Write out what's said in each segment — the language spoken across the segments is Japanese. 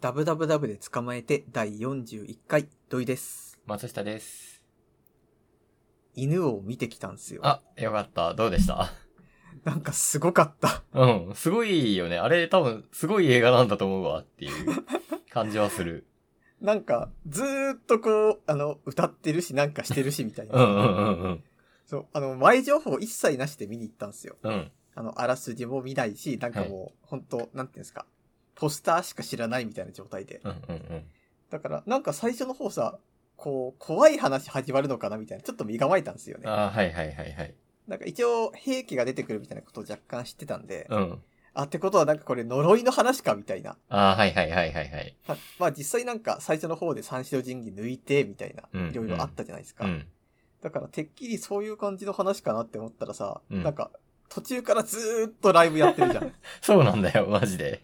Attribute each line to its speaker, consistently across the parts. Speaker 1: ダブダブダブで捕まえて第41回、土井です。
Speaker 2: 松下です。
Speaker 1: 犬を見てきたんすよ。
Speaker 2: あ、よかった。どうでした
Speaker 1: なんかすごかった。
Speaker 2: うん。すごいよね。あれ多分、すごい映画なんだと思うわっていう感じはする。
Speaker 1: なんか、ずーっとこう、あの、歌ってるし、なんかしてるし、みたいな。
Speaker 2: うんうんうんうん。
Speaker 1: そう、あの、前情報一切なしで見に行ったんすよ。
Speaker 2: うん。
Speaker 1: あの、あらすじも見ないし、なんかもう、本当なんていうんですか、ポスターしか知らないみたいな状態で。
Speaker 2: うんうんうん。
Speaker 1: だから、なんか最初の方さ、こう、怖い話始まるのかなみたいな、ちょっと身構えたんですよね。
Speaker 2: あーはいはいはいはい。
Speaker 1: なんか一応、兵器が出てくるみたいなことを若干知ってたんで、
Speaker 2: うん。
Speaker 1: あ、ってことはなんかこれ呪いの話かみたいな。
Speaker 2: あーはいはいはいはいはい。
Speaker 1: まあまあ実際なんか最初の方で三四郎神器抜いて、みたいな
Speaker 2: う、ん
Speaker 1: いろいろあったじゃないですか。
Speaker 2: うん。
Speaker 1: だからてっきりそういう感じの話かなって思ったらさ、
Speaker 2: うん
Speaker 1: なんか途中からずーっとライブやってるじ ゃん。
Speaker 2: そうなんだよ、マジで。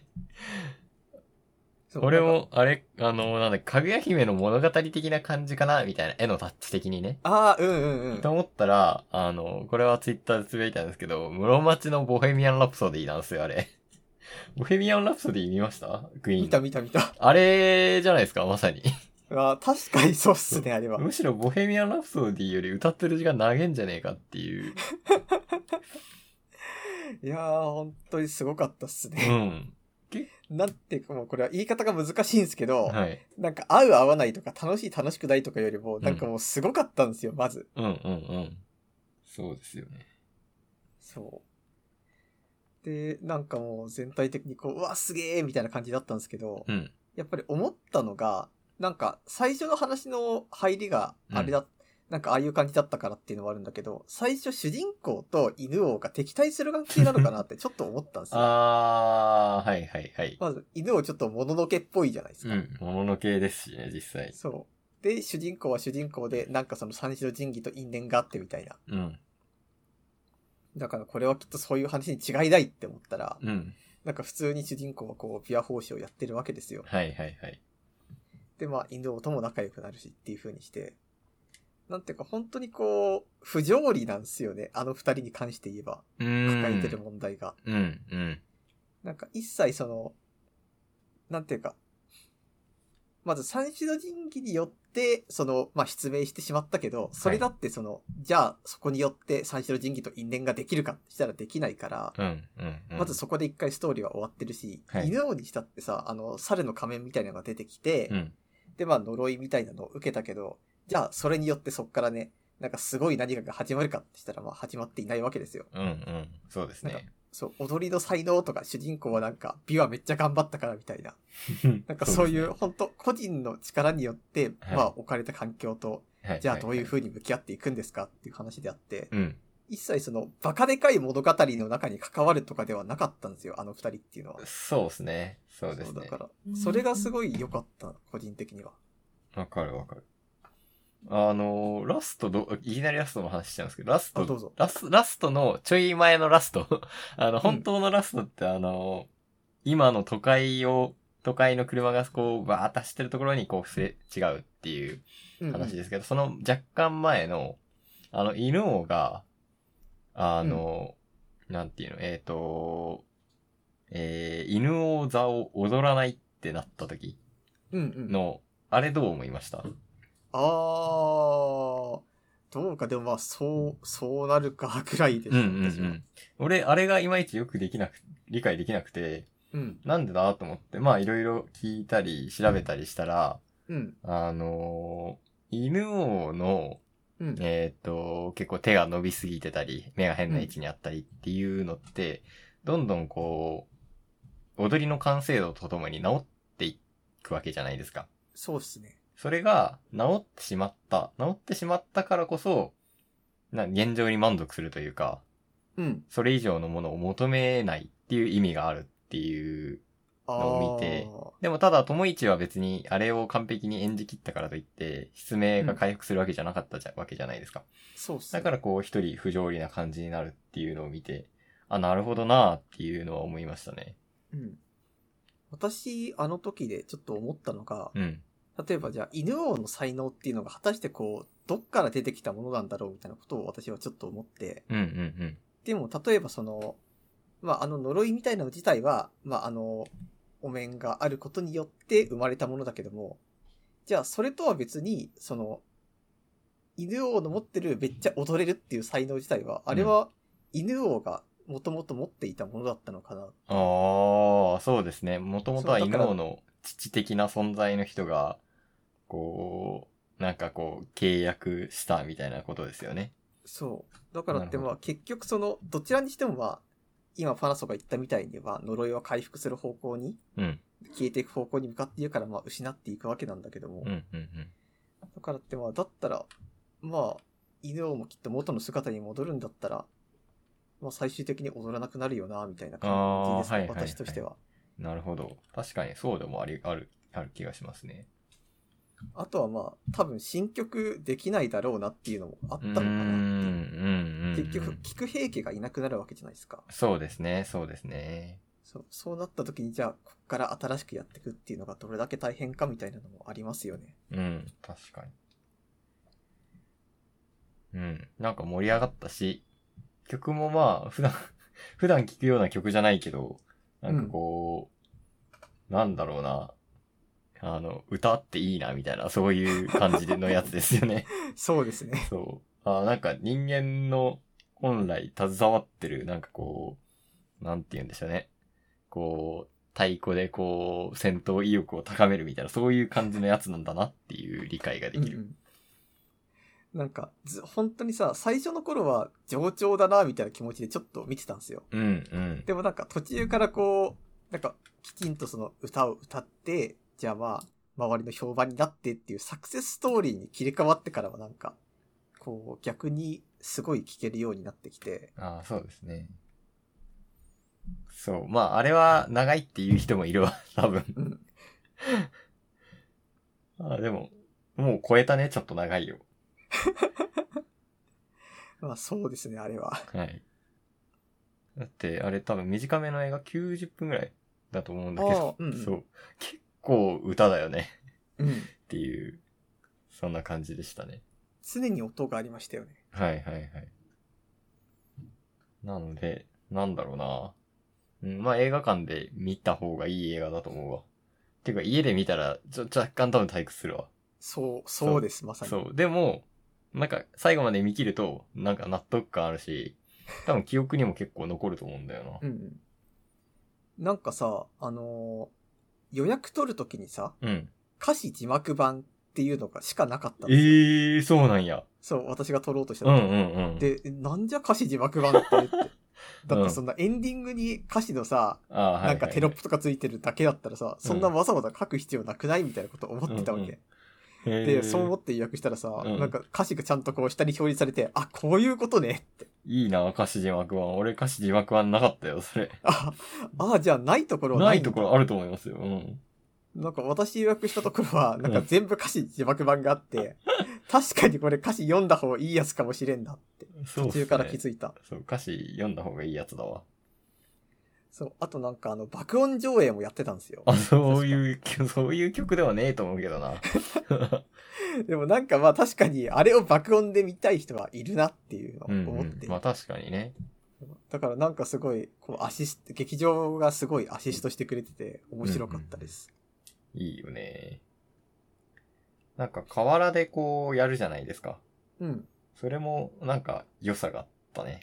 Speaker 1: そう
Speaker 2: 俺
Speaker 1: なんか
Speaker 2: も、あれ、あの、なんだ、かぐや姫の物語的な感じかなみたいな、絵のタッチ的にね。
Speaker 1: ああ、うんうんうん
Speaker 2: と。思ったら、あの、これはツイッターでつぶやいたんですけど、室町のボヘミアン・ラプソディなんですよ、あれ。 ボヘミアン・ラプソディ見ましたクイ
Speaker 1: 見
Speaker 2: ー
Speaker 1: た
Speaker 2: ン。
Speaker 1: 見た見た。
Speaker 2: あれじゃないですか、ま さに。
Speaker 1: あー確かにそうっすね、あれは。
Speaker 2: むしろボヘミアン・ラプソディより歌ってる時間長えんじゃねえかっていう。
Speaker 1: いやー、本当にすごかったっす
Speaker 2: う
Speaker 1: ね。
Speaker 2: ん。
Speaker 1: なんていうかもうこれは言い方が難しいんですけど、
Speaker 2: はい。
Speaker 1: なんか合う合わないとか楽しい楽しくないとかよりも、なんかもうすごかったんですよ、まず。
Speaker 2: うんうんうん。そうですよね。
Speaker 1: そう。で、なんかもう全体的にこう、うわ、すげえみたいな感じだったんですけど、
Speaker 2: うん。
Speaker 1: やっぱり思ったのが、なんか最初の話の入りがあれだ、なんかああいう感じだったからっていうのはあるんだけど、最初主人公と犬王が敵対する関係なのかな ってちょっと思ったんですよ。
Speaker 2: あー、はいはいはい。
Speaker 1: まず犬王ちょっともののけっぽいじゃないです
Speaker 2: う
Speaker 1: か。
Speaker 2: ん。もののけですしね、実際。
Speaker 1: そう。で、主人公は主人公で、なんかその三種の神器と因縁があってみたいな。
Speaker 2: うん。
Speaker 1: だからこれはきっとそういう話に違いないって思ったら、
Speaker 2: うん。
Speaker 1: なんか普通に主人公はこう、ビア奉仕をやってるわけですよ。
Speaker 2: はいはいはい。
Speaker 1: で、まあ、犬王とも仲良くなるしっていう風にして、なんていうか本当にこう、不条理なんですよね。あの二人に関して言えば、
Speaker 2: う
Speaker 1: 抱えて
Speaker 2: ー
Speaker 1: る
Speaker 2: ん。
Speaker 1: 問題が。
Speaker 2: うんうん。
Speaker 1: なんか一切その、なんていうか、まず三種の神器によって、その、まあ、失明してしまったけど、それだってその、じゃあそこによって三種の神器と因縁ができるかってしたらできないから、
Speaker 2: うんうんうん。
Speaker 1: まずそこで一回ストーリーは終わってるし、
Speaker 2: はい
Speaker 1: 犬王にしたってさ、あの、猿の仮面みたいなのが出てきて、
Speaker 2: うん。
Speaker 1: で、まあ、呪いみたいなのを受けたけど、じゃあ、それによってそっからね、なんかすごい何かが始まるかってしたら、まあ、始まっていないわけですよ。
Speaker 2: うんうん。そうです
Speaker 1: なん
Speaker 2: ね。
Speaker 1: そう、踊りの才能とか、主人公はなんか、美はめっちゃ頑張ったからみたいな。なんかそういう、
Speaker 2: ですね、
Speaker 1: 本当個人の力によって、
Speaker 2: はい
Speaker 1: まあ、置かれた環境と、
Speaker 2: は
Speaker 1: じゃあどういう
Speaker 2: う
Speaker 1: 風に向き合っていくんですかっていう話であって、
Speaker 2: に。うん。
Speaker 1: 一切その、バカでかい物語の中に関わるとかではなかったんですよ、あの二人っていうのは。
Speaker 2: そうですね。そうです
Speaker 1: だ
Speaker 2: ね
Speaker 1: か。ら、それがすごい良かった、個人的には。
Speaker 2: わかるわかる。あのーラストど、いきなりラストの話しちゃうんですけど、ラス
Speaker 1: あどうぞ
Speaker 2: ト、ラス、ラストの、ちょい前のラスト。 あの、本当のラストって、あのー今の都会を、都会の車がこう、バーッと走ってるところにこう、すれ違うっていう
Speaker 1: うんうん
Speaker 2: 話ですけど、その若干前の、あの、犬王が、あの、なんていうの、えっ、と、えー、犬王座を踊らないってなった時
Speaker 1: うんうん。
Speaker 2: の、あれどう思いました
Speaker 1: あー、どうか、でもまあ、そう、そうなるか、ぐらいで
Speaker 2: うんう
Speaker 1: す、私
Speaker 2: んう
Speaker 1: は
Speaker 2: ん。俺、あれがいまいちよくできなく、理解できなくて、
Speaker 1: うん。
Speaker 2: なんでだと思って、まあいろいろ聞いたり調べたりしたら、
Speaker 1: うん。
Speaker 2: あのー犬王の、
Speaker 1: うん。
Speaker 2: えっ、と、結構手が伸びすぎてたり、目が変な位置にあったりっていうのって、どんどんこう、踊りの完成度とともに治っていくわけじゃないですか。
Speaker 1: そうっすね。
Speaker 2: それが治ってしまった。治ってしまったからこそ、な現状に満足するというか、
Speaker 1: うん。
Speaker 2: それ以上のものを求めないっていう意味があるっていう。
Speaker 1: あ
Speaker 2: のを見てでもただ、友一は別にあれを完璧に演じ切ったからといって、失明が回復するわけじゃなかったじゃ、わけじゃないですか。
Speaker 1: そうっすね。
Speaker 2: だからこう一人不条理な感じになるっていうのを見て、あ、なるほどなーっていうのは思いましたね。
Speaker 1: うん。私、あの時でちょっと思ったのが、
Speaker 2: うん。
Speaker 1: 例えばじゃあ、犬王の才能っていうのが果たしてこう、どっから出てきたものなんだろうみたいなことを私はちょっと思って、
Speaker 2: うんうん
Speaker 1: でも、例えばその、まあ、あの呪いみたいなの自体は、まあ、あの、お面があることによって生まれたものだけども、じゃあそれとは別に、その、犬王の持ってるめっちゃ踊れるっていう才能自体は、あれは犬王がもともと持っていたものだったのかな。
Speaker 2: ああ、そうですね。もともとは
Speaker 1: そうだ
Speaker 2: 犬
Speaker 1: から
Speaker 2: 王の父的な存在の人が、こう、なんかこう、契約したみたいなことですよね。
Speaker 1: そう。だからって
Speaker 2: なるほど
Speaker 1: まあ結局その、どちらにしてもまあ、今パナソが言ったみたいには呪いは回復する方向に、
Speaker 2: うん。
Speaker 1: 消えていく方向に向かっているからまあ失っていくわけなんだけども。
Speaker 2: うん、うん、うん。
Speaker 1: だからってまあ、だったら、まあ、犬王もきっと元の姿に戻るんだったら、まあ最終的に踊らなくなるよな、みたいな感じですね、
Speaker 2: あーはいはいはい
Speaker 1: 私としては。
Speaker 2: なるほど。確かにそうでもあり、ある、ある気がしますね。
Speaker 1: あとはまあ、多分新曲できないだろうなっていうのもあったのか
Speaker 2: うーん
Speaker 1: なっていう。
Speaker 2: う
Speaker 1: 結
Speaker 2: ん、うん。
Speaker 1: 局、菊平家がいなくなるわけじゃないですか。
Speaker 2: そうですね、そうですね。
Speaker 1: そう、そうなった時にじゃあ、こっから新しくやっていくっていうのがどれだけ大変かみたいなのもありますよね。
Speaker 2: うん、確かに。うん、なんか盛り上がったし、曲もまあ、普段、 普段聴くような曲じゃないけど、なんかこう、なんだろうな、あの、歌っていいな、みたいな、そういう感じでのやつですよね。
Speaker 1: そうですね。
Speaker 2: そう。あーなんか人間の本来携わってる、なんかこう、なんて言うんでしょうね。こう、太鼓でこう、戦闘意欲を高めるみたいな、そういう感じのやつなんだなっていう理解ができ
Speaker 1: う
Speaker 2: る。
Speaker 1: んうん、なんかず、本当にさ、最初の頃は上調だな、みたいな気持ちでちょっと見てたんですよ。
Speaker 2: うん、うん。
Speaker 1: でもなんか途中からこう、なんか、きちんとその歌を歌って、じゃあまあ、周りの評判になってっていうサクセスストーリーに切り替わってからはなんか、こう逆にすごい聴けるようになってきて、
Speaker 2: ああ、そうですね。そう。まあ、あれは長いっていう人もいるわ、 多分。
Speaker 1: うん。
Speaker 2: あーでも、もう超えたね、ちょっと長いよ。
Speaker 1: まあそうですね、あれは。
Speaker 2: はい。だって、あれ多分短めの映画90分ぐらいだと思うんだけ
Speaker 1: ああ
Speaker 2: ど、
Speaker 1: うんうん
Speaker 2: そう。結構歌だよね
Speaker 1: うん。
Speaker 2: っていう、そんな感じでしたね。
Speaker 1: 常に音がありましたよね。
Speaker 2: はいはいはい。なので、なんだろうな。うん、まあ映画館で見た方がいい映画だと思うわ。ていうか家で見たら、ちょ、若干多分退屈するわ。
Speaker 1: そう、そうです、まさに。
Speaker 2: そう。でも、なんか最後まで見切ると、なんか納得感あるし、多分記憶にも結構残ると思うんだよな。
Speaker 1: うんうん。なんかさ、あのー予約取るときにさ、
Speaker 2: うん。
Speaker 1: 歌詞字幕版っていうのがしかなかったんですよ。
Speaker 2: ええー、そうなんや。
Speaker 1: そう、私が取ろうとした
Speaker 2: う
Speaker 1: 時
Speaker 2: んうんうん。
Speaker 1: で、えなんじゃ歌詞字幕版 って言って。だっ
Speaker 2: う
Speaker 1: て
Speaker 2: ん
Speaker 1: そんなエンディングに歌詞のさ、
Speaker 2: あー、はいはい
Speaker 1: なんかテロップとかついてるだけだったらさ、そんなわざわざ書く必要なくないみたいなこと思ってたわけ。で、そう思
Speaker 2: っ
Speaker 1: って予約したらさ、
Speaker 2: うん
Speaker 1: なんか歌詞がちゃんとこう下に表示されて、あ、こういうことねって。
Speaker 2: いいな、歌詞字幕版。俺歌詞字幕版なかったよ、それ。
Speaker 1: あ、あじゃあないところは
Speaker 2: な
Speaker 1: ない
Speaker 2: い
Speaker 1: んだ
Speaker 2: ところあると思いますよ。うん。
Speaker 1: なんか私予約したところは、なんか全部歌詞字幕版があ って、確かにこれ歌詞読んだ方いいやつかもしれんなって、
Speaker 2: そうっ
Speaker 1: 途
Speaker 2: す
Speaker 1: 中
Speaker 2: ね
Speaker 1: から気づいた。
Speaker 2: そう、歌詞読んだ方がいいやつだわ。
Speaker 1: そう、あとなんかあの、爆音上映もやってたんですよ。
Speaker 2: あ、そういう、そういう曲ではねえと思うけどな。
Speaker 1: でもなんかまあ確かにあれを爆音で見たい人はいるなっていうのを
Speaker 2: うん、
Speaker 1: 思
Speaker 2: う
Speaker 1: っ
Speaker 2: ん
Speaker 1: て。。
Speaker 2: まあ確かにね。
Speaker 1: だからなんかすごい、こうアシスト、劇場がすごいアシストしてくれてて面白かったです。
Speaker 2: いいよね。なんか河原でこうやるじゃないですか。
Speaker 1: うん、
Speaker 2: それもなんか良さがあったね。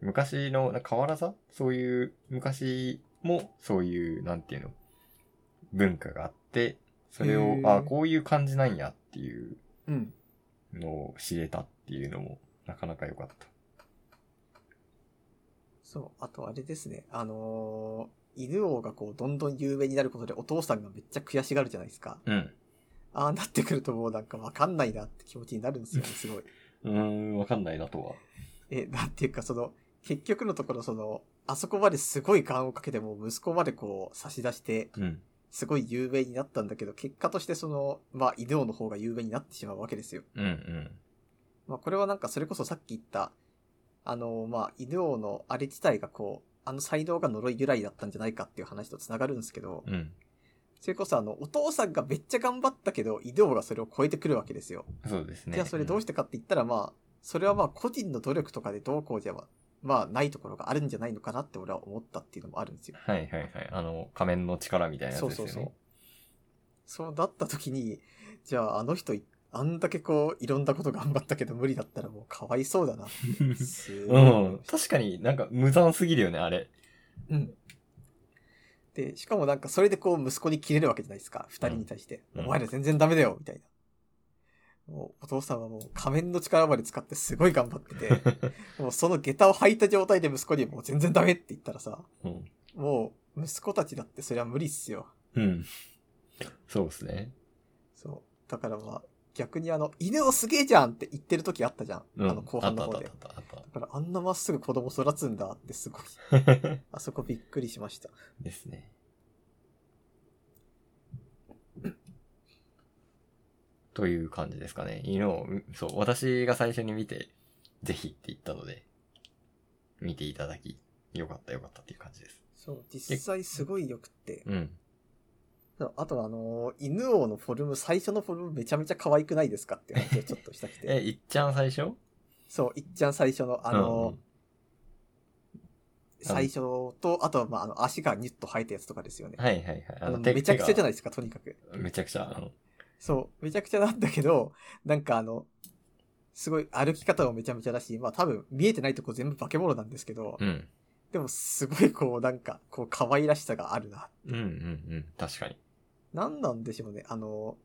Speaker 2: 昔の、なんか河原座そういう、昔もそういう、なんていうの、文化があって、それ
Speaker 1: へ
Speaker 2: を、
Speaker 1: ー
Speaker 2: あこういう感じなんやっていう
Speaker 1: うん。
Speaker 2: のを知れたっていうのも、なかなか良かった。
Speaker 1: そう、あとあれですね。あのー犬王がこうどんどん有名になることでお父さんがめっちゃ悔しがるじゃないですか。
Speaker 2: うん。
Speaker 1: ああなってくるともうなんかわかんないなって気持ちになるんですよね、すごい。
Speaker 2: うーん、わかんないなとは。
Speaker 1: え、なんていうかその、結局のところその、あそこまですごい感をかけても息子までこう差し出して、
Speaker 2: うん。
Speaker 1: すごい有名になったんだけど、結果としてその、まあ、犬王の方が有名になってしまうわけですよ。
Speaker 2: うんうん。
Speaker 1: まあ、これはなんかそれこそさっき言った、あの、まあ、犬王のあれ自体がこう、あの才能が呪い由来だったんじゃないかっていう話と繋がるんですけど、
Speaker 2: うん。
Speaker 1: それこそあの、お父さんがめっちゃ頑張ったけど、犬王がそれを超えてくるわけですよ。
Speaker 2: そうですね。
Speaker 1: じゃあそれどうしてたかって言ったら、まあ、それはまあ個人の努力とかでどうこうじゃ、まあないところがあるんじゃないのかなって俺は思ったっていうのもあるんですよ。
Speaker 2: はいはいはい。あの、仮面の力みたいなやつ
Speaker 1: そう
Speaker 2: です
Speaker 1: そ
Speaker 2: よ
Speaker 1: う
Speaker 2: ね。
Speaker 1: そう。そうだった時に、じゃああの人い、あんだけこう、いろんなこと頑張ったけど無理だったらもうかわいそうだなって。すごい思い
Speaker 2: うん
Speaker 1: ま。した
Speaker 2: 確かになんか無残すぎるよね、あれ。
Speaker 1: うん。で、しかもなんかそれでこう息子に切れるわけじゃないですか。二人に対して。
Speaker 2: うんうん
Speaker 1: お前ら全然ダメだよみたいな。もうお父さんはもう仮面の力まで使ってすごい頑張ってて、もうその下駄を履いた状態で息子にもう全然ダメって言ったらさ、
Speaker 2: うん。
Speaker 1: もう息子たちだってそれは無理っすよ。
Speaker 2: うん。そうですね。
Speaker 1: そう。だからまあ、逆にあの、犬をすげえじゃんって言ってる時あったじゃん。
Speaker 2: うん。
Speaker 1: あの後半の方で。
Speaker 2: あったあったあったあっ
Speaker 1: だからあんなまっすぐ子供育つんだってすごい、
Speaker 2: た。
Speaker 1: あそこびっくりしました。
Speaker 2: ですね。という感じですかね。犬を、うそう、私が最初に見て、ぜひって言ったので、見ていただき、よかったよかったっていう感じです。
Speaker 1: そう、実際すごい良くって。
Speaker 2: うん。
Speaker 1: そうあとはあのー犬王のフォルム、最初のフォルムめちゃめちゃ可愛くないですかっていう話をちょっとしたく
Speaker 2: え、
Speaker 1: て。
Speaker 2: いっちゃん最初
Speaker 1: そう、いっちゃん最初の、あのー
Speaker 2: うん
Speaker 1: 最初と、あとはまあ、あの、足がニュッと生えたやつとかですよね。
Speaker 2: はいはいはい。
Speaker 1: あの、めちゃくちゃじゃないいですか、とにかく。
Speaker 2: めちゃくちゃ、あの、
Speaker 1: そう、めちゃくちゃなんだけど、 なんかあの、すごい歩き方もめちゃめちゃだし、まあ多分見えてないとこ全部化け物なんですけど、
Speaker 2: うん。
Speaker 1: でもすごいこうなんか、こう可愛らしさがあるな。
Speaker 2: うんうんうん。確かに。
Speaker 1: なんなんでしょうね。あの、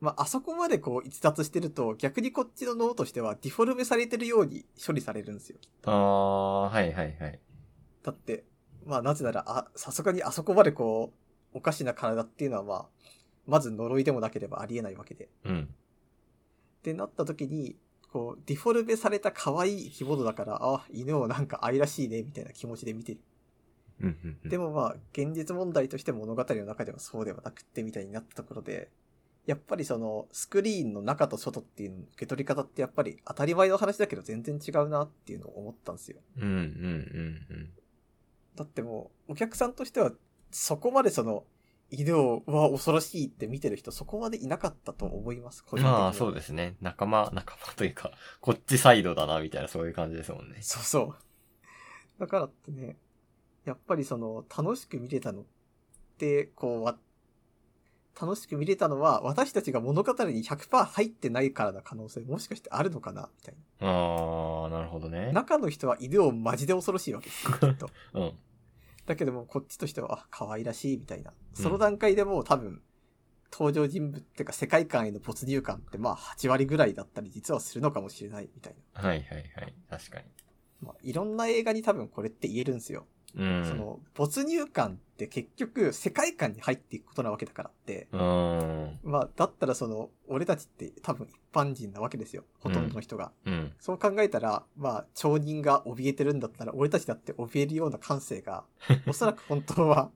Speaker 1: まあ、あそこまでこう逸脱してると、逆にこっちの脳としてはディフォルメされてるように処理されるんですよ。
Speaker 2: ああ、はいはいはい。
Speaker 1: だって、まあ、なぜなら、あ、さすがにあそこまでこう、おかしな体っていうのはまあ、まず呪いでもなければありえないわけで。
Speaker 2: うん。
Speaker 1: ってなった時に、こう、ディフォルメされた可愛い生き物だから、あ、犬をなんか愛らしいね、みたいな気持ちで見てる。
Speaker 2: うんうんうん。
Speaker 1: でもまあ、現実問題として物語の中ではそうではなくってみたいになったところで、やっぱりその、スクリーンの中と外っていうの受け取り方ってやっぱり当たり前の話だけど全然違うなっていうのを思ったんですよ。
Speaker 2: うんうんうんうん。
Speaker 1: だってもう、お客さんとしては、そこまでその、犬を、うわ、恐ろしいって見てる人、そこまでいなかったと思います、個人的には。
Speaker 2: まあそうですね。仲間、仲間というか、こっちサイドだな、みたいなそういう感じですもんね。
Speaker 1: そうそう。だからってね、やっぱりその、楽しく見れたのって、こうわ、楽しく見れたのは、私たちが物語に100%入ってないからの可能性もしかしてあるのかな、みたい
Speaker 2: ああ、なるほどね
Speaker 1: な。。中の人は犬をマジで恐ろしいわけですよ、きっと。
Speaker 2: うん。
Speaker 1: だけども、こっちとしては、あ、可愛らしい、みたいな。その段階でもう多分、登場人物っていうか世界観への没入感ってまあ8割ぐらいだったり実はするのかもしれないみたい
Speaker 2: はいはいはい。確か
Speaker 1: な。まあいろんな映画に多分これって言えるんですよ。
Speaker 2: に。うん。
Speaker 1: その、没入感って結局世界観に入っていくことなわけだからって、
Speaker 2: うん。
Speaker 1: まあ、だったらその、俺たちって多分一般人なわけですよ。ほとんどの人が。
Speaker 2: うん。
Speaker 1: そう考えたら、まあ、町人が怯えてるんだったら、俺たちだって怯えるような感性 が、おそらく本当は、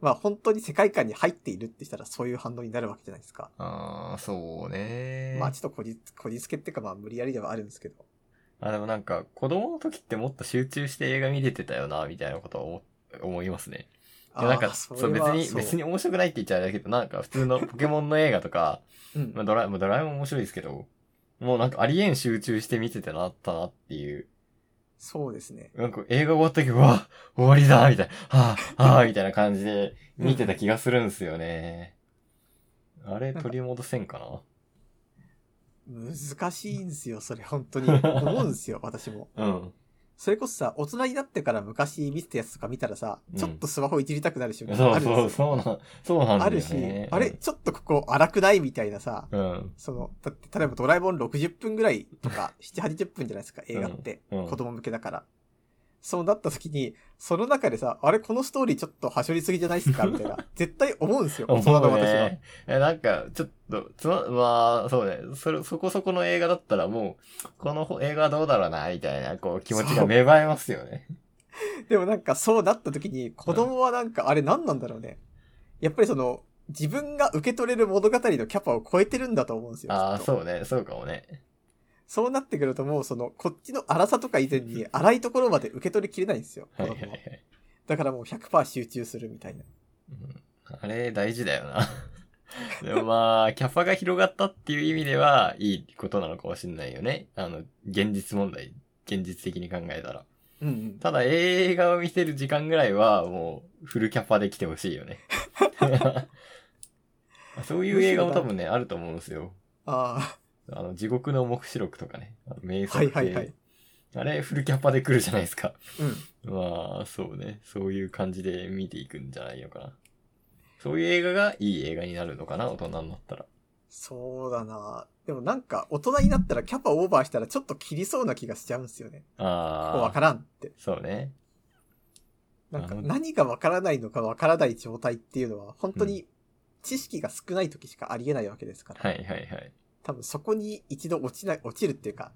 Speaker 1: まあ本当に世界観に入っているってしたらそういう反応になるわけじゃないですか。
Speaker 2: ああ、そうね。
Speaker 1: まあちょっとこじ、こじつけっていうかまあ無理やりではあるんですけど。
Speaker 2: あ、でもなんか、子供の時ってもっと集中して映画見れてたよな、みたいなことは思思いますね。
Speaker 1: あ
Speaker 2: いやなんか、
Speaker 1: ー
Speaker 2: そ
Speaker 1: れ
Speaker 2: う別
Speaker 1: は
Speaker 2: に、
Speaker 1: そう
Speaker 2: 別に面白くないって言っちゃあれだけど、なんか普通のポケモン の映画とか、
Speaker 1: うん
Speaker 2: まあドラえもん、ドラえもん面白いですけど、もうなんかありえん集中して見ててなったなっていう。
Speaker 1: そうですね。
Speaker 2: なんか映画終わった時、うわ終わりだみたいな、はぁ、はぁ、みたいな感じで見てた気がするんですよね。あれ取り戻せんか
Speaker 1: 難しいんですよ、それ本当に。思うんですよ、私も。
Speaker 2: なうん。
Speaker 1: それこそさ、大人になってから昔見てたやつとか見たらさ、
Speaker 2: うん
Speaker 1: ちょっとスマホいじりたくなる瞬間
Speaker 2: そ
Speaker 1: ある
Speaker 2: う
Speaker 1: んです
Speaker 2: そ
Speaker 1: よ
Speaker 2: う、そうなん、そうなんだ
Speaker 1: あ
Speaker 2: よ
Speaker 1: るし
Speaker 2: ね。、
Speaker 1: あれ、ちょっとここ荒くないみたいなさ、
Speaker 2: うん。
Speaker 1: その、だって例えばドラえもん60分ぐらいと か、7、80分じゃないですか、映画って。
Speaker 2: うん
Speaker 1: 子供向けだから。そうなった時に、その中でさ、あれ、このストーリーちょっとはしょりすぎじゃないですかみ たいな。絶対思うんですよ、大人の
Speaker 2: 思う
Speaker 1: 私は。
Speaker 2: ね。え、なんか、ちょっと、つま、まあ、そうね。それ、そこそこの映画だったらもう、この映画どうだろうな、みたいな、こう、気持ちが芽生えますよね。
Speaker 1: でもなんかそうなった時に、子供はなんか、あれ何なんだろうね。やっぱりその、自分が受け取れる物語のキャパを超えてるんだと思うんですよ。
Speaker 2: ああ、
Speaker 1: きっと
Speaker 2: そうね。そうかもね。
Speaker 1: そうなってくるともうその、こっちの荒さとか以前に荒いところまで受け取りきれないんですよ。子
Speaker 2: はい
Speaker 1: 供
Speaker 2: は
Speaker 1: はい
Speaker 2: はい。
Speaker 1: だからもう100%集中するみたいな。
Speaker 2: うんあれ、大事だよな。 でもまあ、キャパが広がったっていう意味では、いいことなのかもしれないよね。あの、現実問題、現実的に考えたら。
Speaker 1: うんうん。
Speaker 2: ただ映画を見てる時間ぐらいはもうフルキャパで来てほしいよね。 そういう映画も多分ね、あると思うんですよ。
Speaker 1: あ
Speaker 2: あの、地獄の目視録とかね。あの名
Speaker 1: あ、
Speaker 2: 作
Speaker 1: はい
Speaker 2: 系、
Speaker 1: はいはい。
Speaker 2: あれ、フルキャパで来るじゃないですか。
Speaker 1: うん。
Speaker 2: まあ、そうね。そういう感じで見ていくんじゃないのかな。そういう映画がいい映画になるのかな、大人になったら。
Speaker 1: そうだなでもなんか、大人になったらキャパオーバーしたらちょっと切りそうな気がしちゃうんですよね。ここわ
Speaker 2: あ
Speaker 1: か
Speaker 2: あ。
Speaker 1: らんって。
Speaker 2: そうね。
Speaker 1: なんか、
Speaker 2: あの
Speaker 1: 何がわからないのかわからない状態っていうのは、本当に知識が少ない時しかありえないわけですから。
Speaker 2: はいはいはい。
Speaker 1: 多分そこに一度落ちな、落ちるっていうか、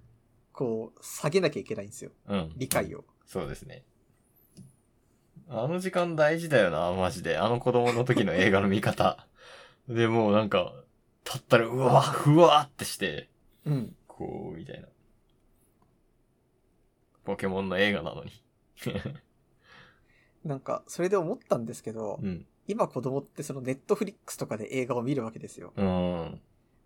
Speaker 1: こう、下げなきゃいけないんですよ。
Speaker 2: うん。
Speaker 1: 理解を。
Speaker 2: そうですね。あの時間大事だよな、マジで。あの子供の時の映画の見方。 で、もうなんか、立ったら、うわ、ふわってして、
Speaker 1: うん。
Speaker 2: こう、みたいな。ポケモンの映画なのに。
Speaker 1: なんか、それで思ったんですけど、
Speaker 2: うん。
Speaker 1: 今子供ってそのネットフリックスとかで映画を見るわけですよ。
Speaker 2: うん。
Speaker 1: っ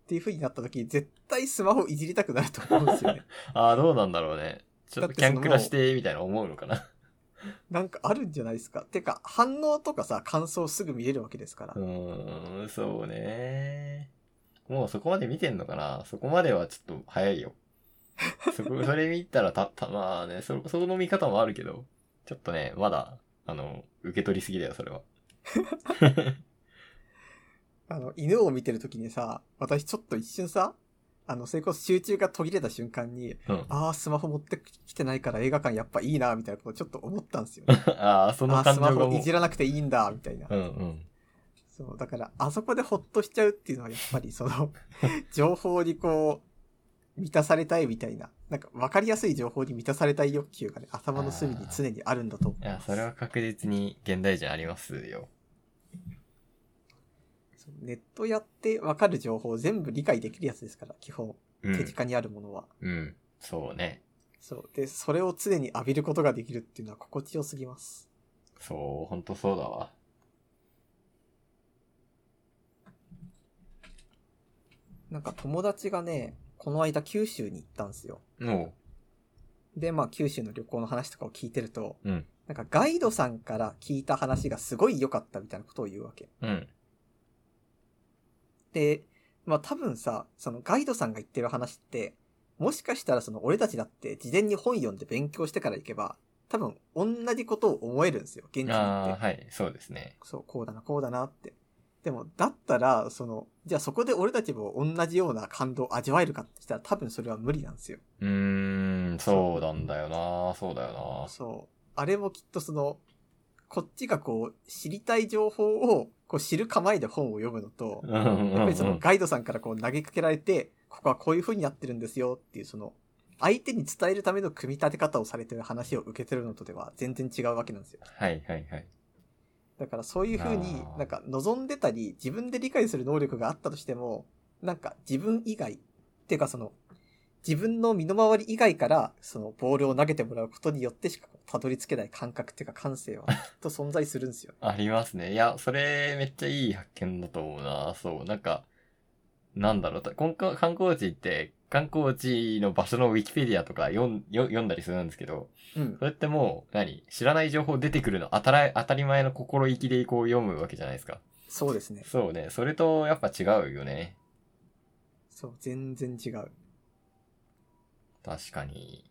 Speaker 1: ていう風になった時、絶対スマホいじりたくなると思うんですよね。
Speaker 2: ああ、どうなんだろうね。ちょっ
Speaker 1: だ
Speaker 2: と
Speaker 1: って
Speaker 2: キ
Speaker 1: そ
Speaker 2: ャ
Speaker 1: の
Speaker 2: ンクラして、みたいな思うのかな。
Speaker 1: なんかあるんじゃないですか。てか、反応とかさ、感想すぐ見れるわけですから。
Speaker 2: うーん、そうね。もうそこまで見てんのかなそこまではちょっと早いよ。そこ、それ見たらたった、まあね、そ、その見方もあるけど、ちょっとね、まだ、あの、受け取りすぎだよ、そ れは。
Speaker 1: あの、犬を見てる時にさ、私ちょっと一瞬さ、あの、それこそ集中が途切れた瞬間に、
Speaker 2: うん。
Speaker 1: ああ、スマホ持ってきてないから映画館やっぱいいな、みたいなことをちょっと思ったんですよ、ね。
Speaker 2: あ あ、そ
Speaker 1: あ
Speaker 2: の
Speaker 1: あ、
Speaker 2: 感
Speaker 1: ス
Speaker 2: 情
Speaker 1: マ
Speaker 2: が
Speaker 1: ホ
Speaker 2: も
Speaker 1: いうじ。らなくていいんだ、みたいな
Speaker 2: う。んうん。
Speaker 1: そう、だから、あそこでほっとしちゃうっていうのはやっぱりそ の、情報にこう、満たされたいみたいな、なんか分かりやすい情報に満たされたい欲求がね、頭の隅に常にあるんだと思う
Speaker 2: いや、それは確実に現代人ありますよ。
Speaker 1: そうネットやって分かる情報を全部理解できるやつですから、基本。
Speaker 2: う
Speaker 1: 手
Speaker 2: ん。
Speaker 1: 近にあるものは。
Speaker 2: うん。そうね。
Speaker 1: そう。で、それを常に浴びることができるっていうのは心地よすぎます。
Speaker 2: そう、ほんとそうだわ。
Speaker 1: なんか友達がね、この間九州に行ったんですよ。
Speaker 2: も
Speaker 1: で、まあ九州の旅行の話とかを聞いてると、
Speaker 2: う。うん。
Speaker 1: なんかガイドさんから聞いた話がすごい良かったみたいなことを言うわけ。
Speaker 2: うん。
Speaker 1: で、まあ多分さ、そのガイドさんが言ってる話って、もしかしたらその俺たちだって事前に本読んで勉強してから行けば、多分同じことを思えるんですよ、現地に行
Speaker 2: あ
Speaker 1: って
Speaker 2: あ、。はい、そうですね。
Speaker 1: そう、こうだな、こうだなって。でも、だったら、その、じゃあそこで俺たちも同じような感動を味わえるかってしたら多分それは無理なんですよ。
Speaker 2: うーん、そうなんだよな、そうだよ
Speaker 1: そう。あれもきっとその、こっちがこう、知りたい情報を、こう知る構えで本を読むのと、
Speaker 2: な。うんうん
Speaker 1: やっ
Speaker 2: う
Speaker 1: ぱ
Speaker 2: ん
Speaker 1: りそのガイドさんからこう投げかけられて、ここはこういう風になってるんですよっていう、その、相手に伝えるための組み立て方をされてる話を受けてるのとでは全然違うわけなんですよ。
Speaker 2: はいはいはい。
Speaker 1: だからそういう風に
Speaker 2: あー。
Speaker 1: なんか望んでたり自分で理解する能力があったとしてもなんか自分以外っていうかその自分の身の回り以外からそのボールを投げてもらうことによってしかこうたどり着けない感覚っていうか感性はきっと存在するんですよ
Speaker 2: ありますね。いや、それめっちゃいい発見だと思うな。そう、なんか、なんだろう、た今回観光地行って、観光地の場所のウィキペディアとか読んよ読んだりするんですけど、
Speaker 1: うん
Speaker 2: そ。れってもう、何知らない情報出てくるの当たら当たり前の心意気でこう読むわけじゃないですか。
Speaker 1: そうですね。
Speaker 2: そうね、それとやっぱ違うよね。
Speaker 1: そう、全然違う。
Speaker 2: 確かに。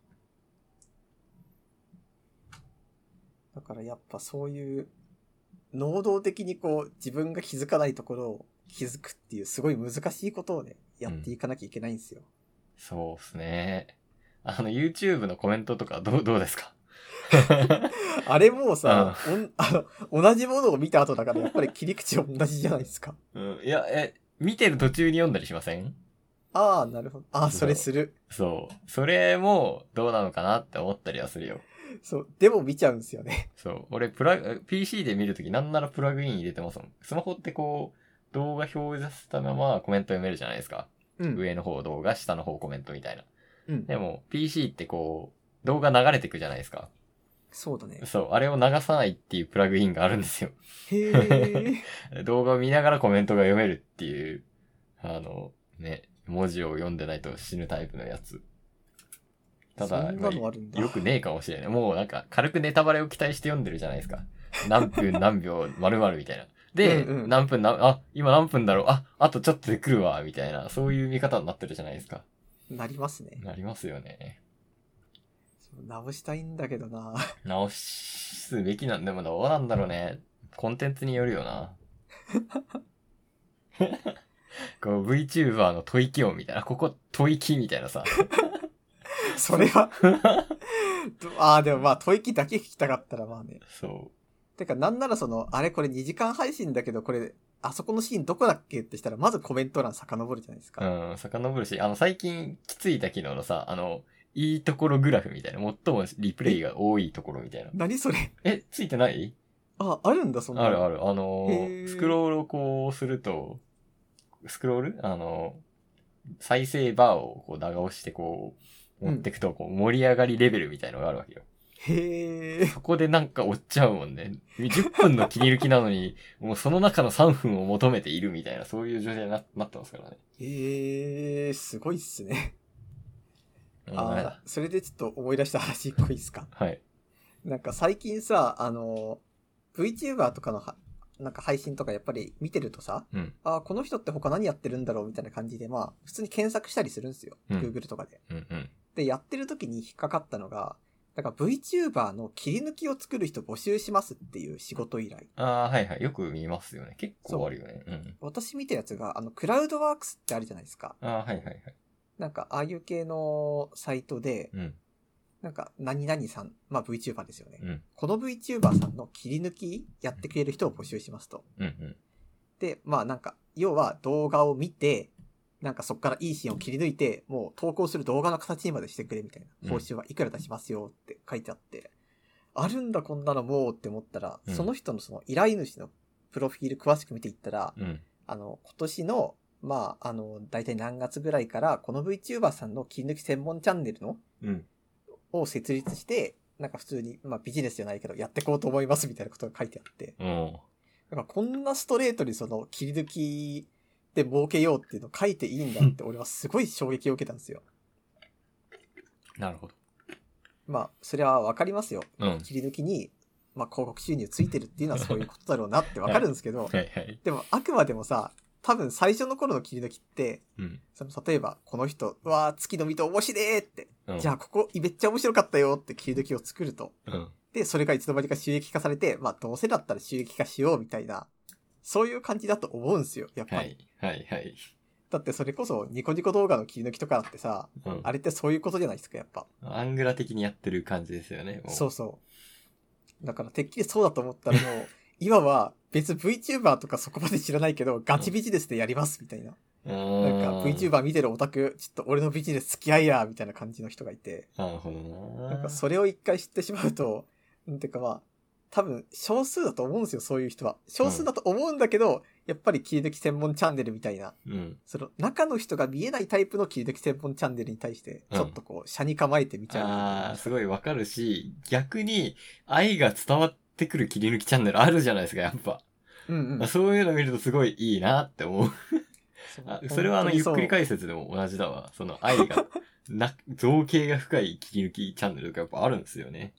Speaker 1: だからやっぱそういう能動的にこう自分が気づかないところを気づくっていうすごい難しいことをね、やっていかなきゃいけないんですよ。
Speaker 2: そうっすね。あの、YouTube のコメントとかどう、どうですか
Speaker 1: あれもうさ、おん あの、同じものを見た後だから、やっぱり切り口同じじゃないですか。
Speaker 2: うん、いや、え、見てる途中に読んだりしません
Speaker 1: ああ、なるほど。ああ、それする。
Speaker 2: そう。それもどうなのかなって思ったりはするよ。
Speaker 1: そう。でも見ちゃうんですよね。
Speaker 2: そう。俺、プラグ、PC で見るときなんならプラグイン入れてますもん。スマホってこう、動画表示させたままコメント読めるじゃないですか。
Speaker 1: うん。
Speaker 2: 上の方動画、下の方コメントみたいな。
Speaker 1: うん。
Speaker 2: でも、PC ってこう、動画流れてくじゃないですか。
Speaker 1: そうだ ね。
Speaker 2: そう。あれを流さないっていうプラグインがあるんですよ。
Speaker 1: へえ。
Speaker 2: 動画を見ながらコメントが読めるっていう、あの、ね、文字を読んでないと死ぬタイプのやつ。 ただ、
Speaker 1: そんなのあるんだ
Speaker 2: よくねえかもしれない。もうなんか軽くネタバレを期待して読んでるじゃないですか。何分何秒〇〇みたいな。で、
Speaker 1: うんうん
Speaker 2: 何分な、あ、今何分だろう、あ、あとちょっとで来るわ、みたいな、そういう見方になってるじゃないですか。
Speaker 1: なりますね。
Speaker 2: なりますよね。
Speaker 1: 直したいんだけどな。
Speaker 2: 直すべきなんでもどうなんだろうね。コンテンツによる よな。こう VTuber の吐息音みたいな、ここ吐息みたいなさ。
Speaker 1: それ はどああ、でもまあ、吐息だけ聞きたかったらまあね。
Speaker 2: そ
Speaker 1: てか、なんならその、あれこれ2時間配信だけど、これ、あそこのシーンどこだっけってしたら、まずコメント欄遡るじゃないです
Speaker 2: う。
Speaker 1: か。
Speaker 2: うん、遡るし、あの、最近気づいた機能のさ、あの、いいところグラフみたいな、最もリプレイが多いところみたいな。
Speaker 1: 何それ
Speaker 2: え、ついてない
Speaker 1: あ、あるんだ、そんなの。
Speaker 2: あるある。あのー
Speaker 1: へー
Speaker 2: スクロールをこうすると、スクロールあのー再生バーをこう長押してこう、持ってくとこう盛り上がりレベルみたいのがあるわけよ。
Speaker 1: へえ。
Speaker 2: そこでなんか追っちゃうもんね。10分の切り抜きなのに、 もうその中の3分を求めているみたいな、そういう状態にななってますからね。
Speaker 1: へえ、すごいっすね。
Speaker 2: うん
Speaker 1: あーそれでちょっと思い出した話一個いいっすか。
Speaker 2: はい。
Speaker 1: なんか最近さ、あの、VTuber とかのは、なんか配信とかやっぱり見てるとさ、
Speaker 2: うん
Speaker 1: あーこの人って他何やってるんだろうみたいな感じで、まあ、普通に検索したりするんですよ。
Speaker 2: うん
Speaker 1: Google とかで。
Speaker 2: うんうん。
Speaker 1: で、やってる時に引っかかったのが、なんか VTuber の切り抜きを作る人募集しますっていう仕事依頼。
Speaker 2: ああ、はいはい。よく見ますよね。結構あるよね。うん。
Speaker 1: 私見たやつが、あの、クラウドワークスってあるじゃないですか。
Speaker 2: ああ、はいはいはい。
Speaker 1: なんか、ああいう系のサイトで、
Speaker 2: うん。
Speaker 1: なんか、何々さん、まあ VTuber ですよね。
Speaker 2: うん。
Speaker 1: この VTuber さんの切り抜きやってくれる人を募集しますと。
Speaker 2: うんうん。
Speaker 1: で、まあなんか、要は動画を見て、なんかそこからいいシーンを切り抜いて、もう投稿する動画の形にまでしてくれみたいな。報酬はいくら出しますよって書いてあって、あるんだこんなのもうって思ったら、
Speaker 2: うん
Speaker 1: その人のその依頼主のプロフィール詳しく見ていったら、
Speaker 2: うん。
Speaker 1: あの、今年の、まあ、あの、大体何月ぐらいから、この VTuber さんの切り抜き専門チャンネルの
Speaker 2: うん。
Speaker 1: を設立して、なんか普通に、まあビジネスじゃないけど、やっていこうと思いますみたいなことが書いてあって、
Speaker 2: うん。
Speaker 1: なんかこんなストレートにその切り抜きで儲けようっていうの書いていいんだって俺はすごい衝撃を受けたんですよ。
Speaker 2: なるほど。
Speaker 1: まあ、それはわかりますよ。
Speaker 2: うん。はい
Speaker 1: 切り抜きに、まあ広告収入ついてるっていうのはそういうことだろうなってわかるんですけど、
Speaker 2: はい。
Speaker 1: でもあくまでもさ、多分最初の頃の切り抜きって、
Speaker 2: うん。
Speaker 1: その例えばこの人、うわー月の人面白いって、
Speaker 2: うん
Speaker 1: じゃあここめっちゃ面白かったよって切り抜きを作ると。
Speaker 2: うん。
Speaker 1: で、それがいつの間にか収益化されて、まあどうせだったら収益化しようみたいな、そういう感じだと思うんですよ、やっぱり。
Speaker 2: はい。はいはい。
Speaker 1: だってそれこそニコニコ動画の切り抜きとかだってさ、
Speaker 2: うん。
Speaker 1: あれってそういうことじゃないですか、やっぱ。
Speaker 2: アングラ的にやってる感じですよね。も
Speaker 1: そうそう。だからてっきりそうだと思ったらもう、 今は別 VTuber とかそこまで知らないけど、ガチビジネスでやりますみたいな。
Speaker 2: う。う
Speaker 1: な
Speaker 2: ー
Speaker 1: んか
Speaker 2: ん。
Speaker 1: VTuber 見てるオタク、ちょっと俺のビジネス付き合いや、みたいな感じの人がいて、
Speaker 2: なるほどな。
Speaker 1: なんかそれを一回知ってしまうと、 なんていうかまあ、多分少数だと思うんですよ、そういう人は。少数だと思うんだけど、やっぱり切り抜き専門チャンネルみたいな、
Speaker 2: うん。
Speaker 1: その中の人が見えないタイプの切り抜き専門チャンネルに対して、
Speaker 2: うん
Speaker 1: ちょっとこう、車に構えてみちゃう。
Speaker 2: ああ、すごいわかるし、逆に愛が伝わってくる切り抜きチャンネルあるじゃないですか、やっぱ。
Speaker 1: うんうん。
Speaker 2: そういうの見るとすごいいいなって思う。
Speaker 1: そう
Speaker 2: あそれはあの、ゆっくり解説でも同じだわ。その 愛が、な、造形が深い切り抜きチャンネルとかやっぱあるんですよね。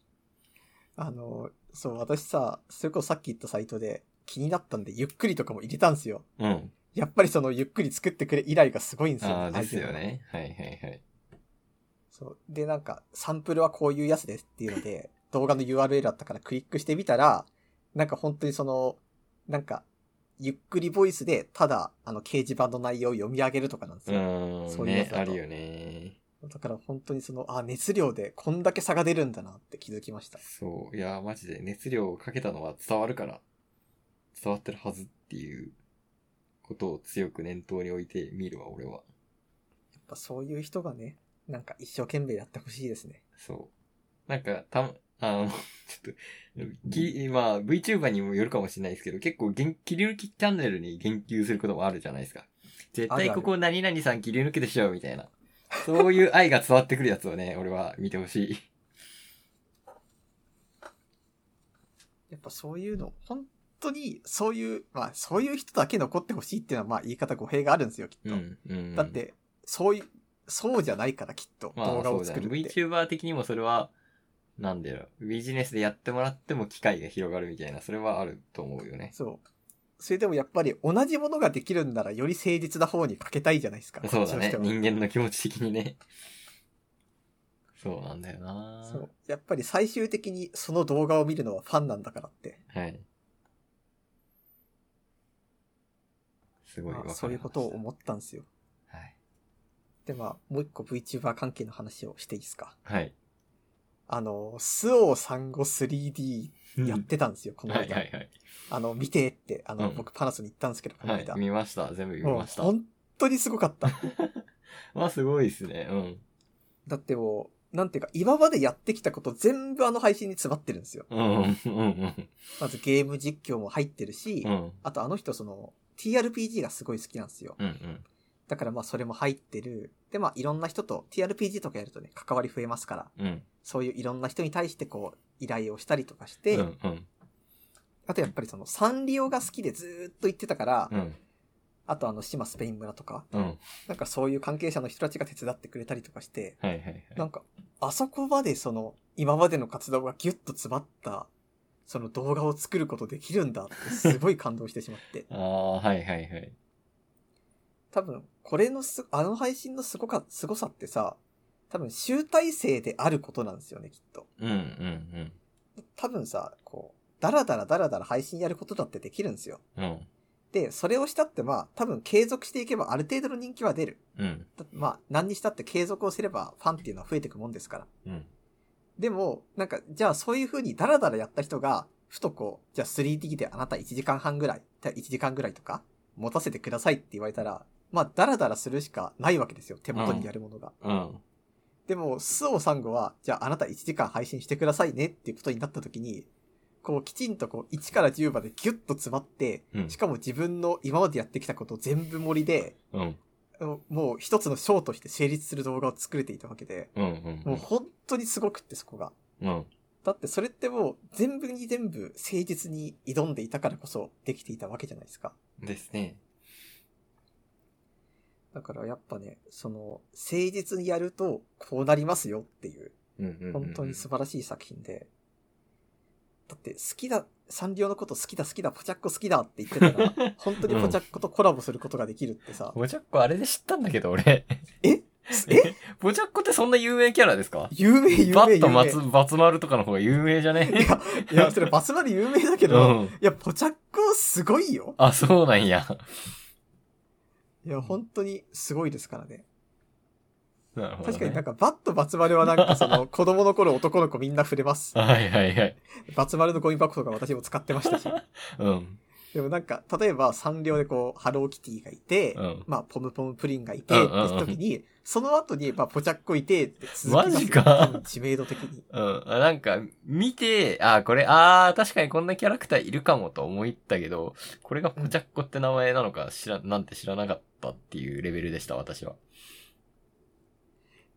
Speaker 1: あの、そう、私さ、それこそさっき言ったサイトで気になったんで、ゆっくりとかも入れたんですよ。
Speaker 2: うん。
Speaker 1: やっぱりその、ゆっくり作ってくれ依頼がすごいんですよ、
Speaker 2: ああ、ですよ
Speaker 1: 相手の。
Speaker 2: ね。はいはいはい。
Speaker 1: そう。で、なんか、サンプルはこういうやつですっていうので、動画の URL あったからクリックしてみたら、なんか本当にその、なんか、ゆっくりボイスで、ただ、あの、掲示板の内容を読み上げるとかなんです
Speaker 2: う
Speaker 1: よ。
Speaker 2: ー
Speaker 1: そ
Speaker 2: ん。
Speaker 1: ういうや
Speaker 2: ね
Speaker 1: つ、だと
Speaker 2: あるよね。
Speaker 1: だから本当にその、あ、熱量でこんだけ差が出るんだなって気づきました。
Speaker 2: そう。いやー、マジで熱量をかけたのは伝わるから、伝わってるはずっていうことを強く念頭に置いてみるわ、俺は。
Speaker 1: やっぱそういう人がね、なんか一生懸命やってほしいですね。
Speaker 2: そう。なんか、たま、あの、 ちょっと、き、まあ、VTuber にもよるかもしれないですけど、結構、げん切り抜きチャンネルに言及することもあるじゃないですか。絶
Speaker 1: ある
Speaker 2: 対
Speaker 1: ある
Speaker 2: ここ何々さん切り抜けてしよう、みたいな。そういう愛が伝わってくるやつをね、俺は見てほしい。
Speaker 1: やっぱそういうの、本当にそういう、まあ そういう人だけ残ってほしいっていうのはまあ言い方語弊があるんですよ、きっと。
Speaker 2: うん。うん。
Speaker 1: だっ、て、そういう、そうじゃないからきっと、
Speaker 2: ま
Speaker 1: 動画
Speaker 2: あ、そう
Speaker 1: を
Speaker 2: だ
Speaker 1: 作
Speaker 2: ね。
Speaker 1: るって。
Speaker 2: VTuber 的にもそれは、なんだろう、ビジネスでやってもらっても機会が広がるみたいな、それはあると思うよね。
Speaker 1: そう。それでもやっぱり同じものができるんならより誠実な方にかけたいじゃないですか。
Speaker 2: そうだ
Speaker 1: こっち
Speaker 2: ね。
Speaker 1: の人は
Speaker 2: 人間の気持ち的にね。そうなんだよな
Speaker 1: そう。やっぱり最終的にその動画を見るのはファンなんだからって。
Speaker 2: はい。すごいわかり
Speaker 1: ま
Speaker 2: ま
Speaker 1: あ
Speaker 2: した
Speaker 1: そういうことを思ったんですよ。
Speaker 2: はい。
Speaker 1: で、まあ、もう一個 VTuber 関係の話をしていいですか。
Speaker 2: はい。
Speaker 1: あの、スオー 353D やってたんですよ、この
Speaker 2: は
Speaker 1: 間。
Speaker 2: いはいはい。
Speaker 1: あの、見てって、あの、
Speaker 2: うん
Speaker 1: 僕パナソに行ったんですけど、この
Speaker 2: はい
Speaker 1: 間。、
Speaker 2: 見ました。全部見ました
Speaker 1: もう。本当にすごかった。
Speaker 2: まあ、すごいですね。うん。
Speaker 1: だってもう、なんていうか、今までやってきたこと全部あの配信に詰まってるんですよ。
Speaker 2: うん、うん、うん、
Speaker 1: まずゲーム実況も入ってるし、
Speaker 2: うん。うん、
Speaker 1: あとあの人その、TRPG がすごい好きなんですよ。
Speaker 2: うん、うん。
Speaker 1: だからまあそれも入ってる。でまあいろんな人と、TRPG とかやるとね、関わり増えますから、
Speaker 2: うん、
Speaker 1: そういういろんな人に対してこう、依頼をしたりとかして、
Speaker 2: うん、うん、
Speaker 1: あとやっぱりその、サンリオが好きでずーっと言ってたから、
Speaker 2: うん、
Speaker 1: あとあの、島スペイン村とか、
Speaker 2: うん。
Speaker 1: なんかそういう関係者の人たちが手伝ってくれたりとかして、
Speaker 2: はいはいはい。
Speaker 1: なんか、あそこまでその、今までの活動がギュッと詰まった、その動画を作ることできるんだってすごい感動してしまって。
Speaker 2: ああ、はいはいはい。
Speaker 1: 多分、これのす、あの配信のすごか、すごさってさ、多分集大成であることなんですよね、きっと。
Speaker 2: うん、うん、うん。
Speaker 1: 多分さ、こう、ダラダラダラダラ配信やることだってできるんですよ。
Speaker 2: うん、
Speaker 1: で、それをしたってまあ、多分継続していけばある程度の人気は出る。
Speaker 2: うん、
Speaker 1: だまあ、何にしたって継続をすればファンっていうのは増えてくもんですから。
Speaker 2: うん。
Speaker 1: でも、なんか、じゃあそういう風にダラダラやった人が、ふとこう、じゃあ 3D であなた1時間半ぐらい、た1時間ぐらいとか、持たせてくださいって言われたら、まあ、ダラダラするしかないわけですよ、手元にやるものが。
Speaker 2: うん。
Speaker 1: でも、スオさんごは、じゃああなた1時間配信してくださいねっていうことになった時に、こう、きちんとこう、1から10までギュッと詰まって、
Speaker 2: うん
Speaker 1: しかも自分の今までやってきたこと全部盛りで、
Speaker 2: うん。
Speaker 1: あのもう一つのショーとして成立する動画を作れていたわけで、
Speaker 2: うん。うん。
Speaker 1: もう本当にすごくってそこが。
Speaker 2: うん。
Speaker 1: だってそれってもう全部に全部誠実に挑んでいたからこそできていたわけじゃないですか。
Speaker 2: ですね。
Speaker 1: だからやっぱね、その誠実にやるとこうなりますよっていう
Speaker 2: うんうんうんうん。
Speaker 1: 本当に素晴らしい作品で。だって好きだ、サンリオのこと好きだ好きだ、ポチャッコ好きだって言ってた ら、本当にポチャッコとコラボすることができるってさ、
Speaker 2: ぼちゃっこあれで知ったんだけど、俺。
Speaker 1: え
Speaker 2: ぼちゃっこってそんな有名キャラですか
Speaker 1: 有名有
Speaker 2: バ
Speaker 1: 名
Speaker 2: ッ
Speaker 1: 有
Speaker 2: と
Speaker 1: 名。
Speaker 2: 松、バツ丸とかの方が有名じゃね
Speaker 1: いや、いや、それバスまで有名だ け
Speaker 2: う
Speaker 1: ど、
Speaker 2: ん。
Speaker 1: いや、ポチャッコすごいよ。
Speaker 2: あ、そうなんや。
Speaker 1: いや、本当にすごいですからね。
Speaker 2: なるほど、ね。
Speaker 1: 確かになん
Speaker 2: か。
Speaker 1: か、バットバツ丸はなんかその、子供の頃男の子みんな触れ ます。
Speaker 2: はいはいはい。
Speaker 1: バツ丸のゴミ箱とか私も使ってました し。
Speaker 2: うん。
Speaker 1: でもなんか、例えばサンリオでこう、ハローキティがいて、
Speaker 2: うん
Speaker 1: まあ、ポムポムプリンがいて、って時に、その後に、まあ、ポチャッコいて、って続きますよ
Speaker 2: マジか
Speaker 1: 多分知名度的に。
Speaker 2: うん。あなんか、見て、あ、これ、あー、確かにこんなキャラクターいるかもと思ったけど、これがぼちゃっこって名前なのか知ら、なんて知らなかったっていうレベルでした、私は。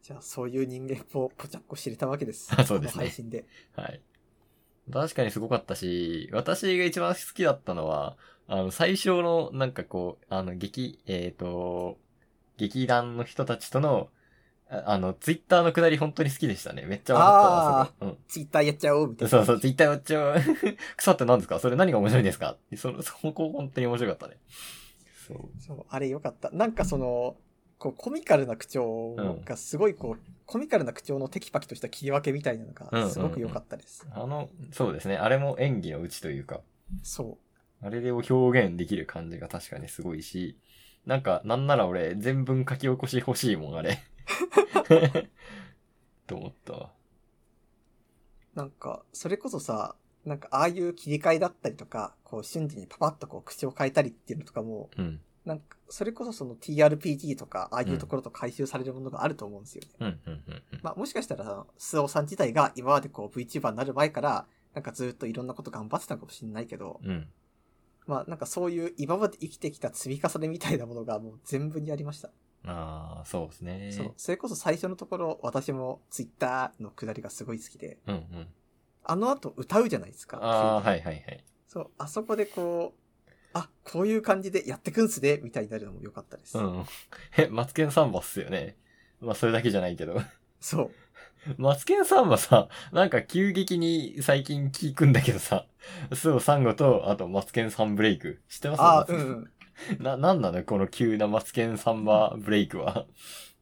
Speaker 1: じゃあ、そういう人間もポチャッコ知れたわけです。
Speaker 2: あ そうですね
Speaker 1: この配信で。
Speaker 2: はい。確かにすごかったし、私が一番好きだったのは、あの、最初の、なんかこう、あの、劇、えっ、と、劇団の人たちとの、ああの、ツイッターのくだり本当に好きでしたね。めっちゃ笑ったわ、す
Speaker 1: ツイッターやっちゃおう、みた
Speaker 2: ごい。
Speaker 1: い
Speaker 2: うん。
Speaker 1: な。
Speaker 2: そうそう、ツイッターやっち ゃう。草って何ですかそれ何が面白いんですかその、 そこ本当に面白かったね。そう。
Speaker 1: そう、あれよかった。なんかその、こう、コミカルな口調がすごいこう、コミカルな口調のテキパキとした切り分けみたいなのが、すごく良かったです。
Speaker 2: あの、そうですね。あれも演技のうちというか、
Speaker 1: そう。
Speaker 2: あれを表現できる感じが確かにすごいし、なんか、なんなら俺、全文書き起こし欲しいもん、あれ。 と思ったわ。
Speaker 1: なんか、それこそさ、なんか、ああいう切り替えだったりとか、こう、瞬時にパパッとこう、口を変えたりっていうのとかも、
Speaker 2: うん。
Speaker 1: なんか、それこそその TRPG とか、ああいうところと回収されるものがあると思うんですよね。
Speaker 2: うん、うん、うんうん。
Speaker 1: まあ、もしかしたらさ、スオさん自体が今までこう、VTuber になる前から、なんかずっといろんなこと頑張ってたのかもしれないけど、
Speaker 2: うん。
Speaker 1: まあ、なんかそういう今まで生きてきた積み重ねみたいなものがもう全部にありました。
Speaker 2: ああ、そうですね。
Speaker 1: そう。それこそ最初のところ、私も Twitter のくだりがすごい好きで、
Speaker 2: うん、うん。
Speaker 1: あの後歌うじゃないですか。
Speaker 2: ああ、はい、はい、はい。
Speaker 1: そう、あそこでこう、あ、こ ういう感じでやってくんすね、みたいになるのも良かったです。
Speaker 2: うん。え、マツケンサンバっすよね。まあそれだけじゃないけど。
Speaker 1: そう。
Speaker 2: マツケンサンバさ、なんか急激に最近聞くんだけどさ、スオサンゴと、あとマツケンサンブレイク。知ってます
Speaker 1: ああ、うん、うん。
Speaker 2: な、なんなのこの急なマツケンサンバブレイクは。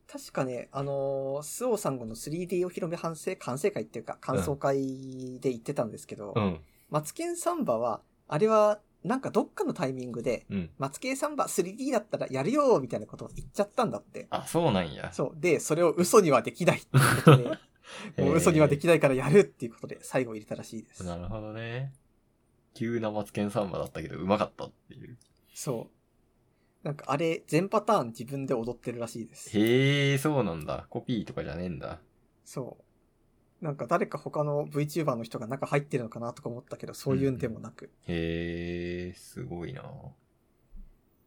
Speaker 1: 確かね、あのー、スオさんごの 3D お披露目反省、完成会っていうか、感想会で言ってたんですけど、
Speaker 2: うん。
Speaker 1: マツケンサンバは、あれは、なんかどっかのタイミングで、
Speaker 2: うん。
Speaker 1: マツケンサンバ 3D だったらやるよーみたいなことを言っちゃったんだって。
Speaker 2: あ、そうなんや。
Speaker 1: そう。で、それを嘘にはできないっていうことで、もう嘘にはできないからやるっていうことで最後入れたらしいです。
Speaker 2: なるほどね。急なマツケンサンバだったけど、うまかったっていう。
Speaker 1: そう。なんかあれ、全パターン自分で踊ってるらしいです。
Speaker 2: へえ、そうなんだ。コピーとかじゃねえんだ。
Speaker 1: そう。なんか誰か他の VTuber の人が中入ってるのかなとか思ったけど、そういうんでもなく。
Speaker 2: へえ、すごいな。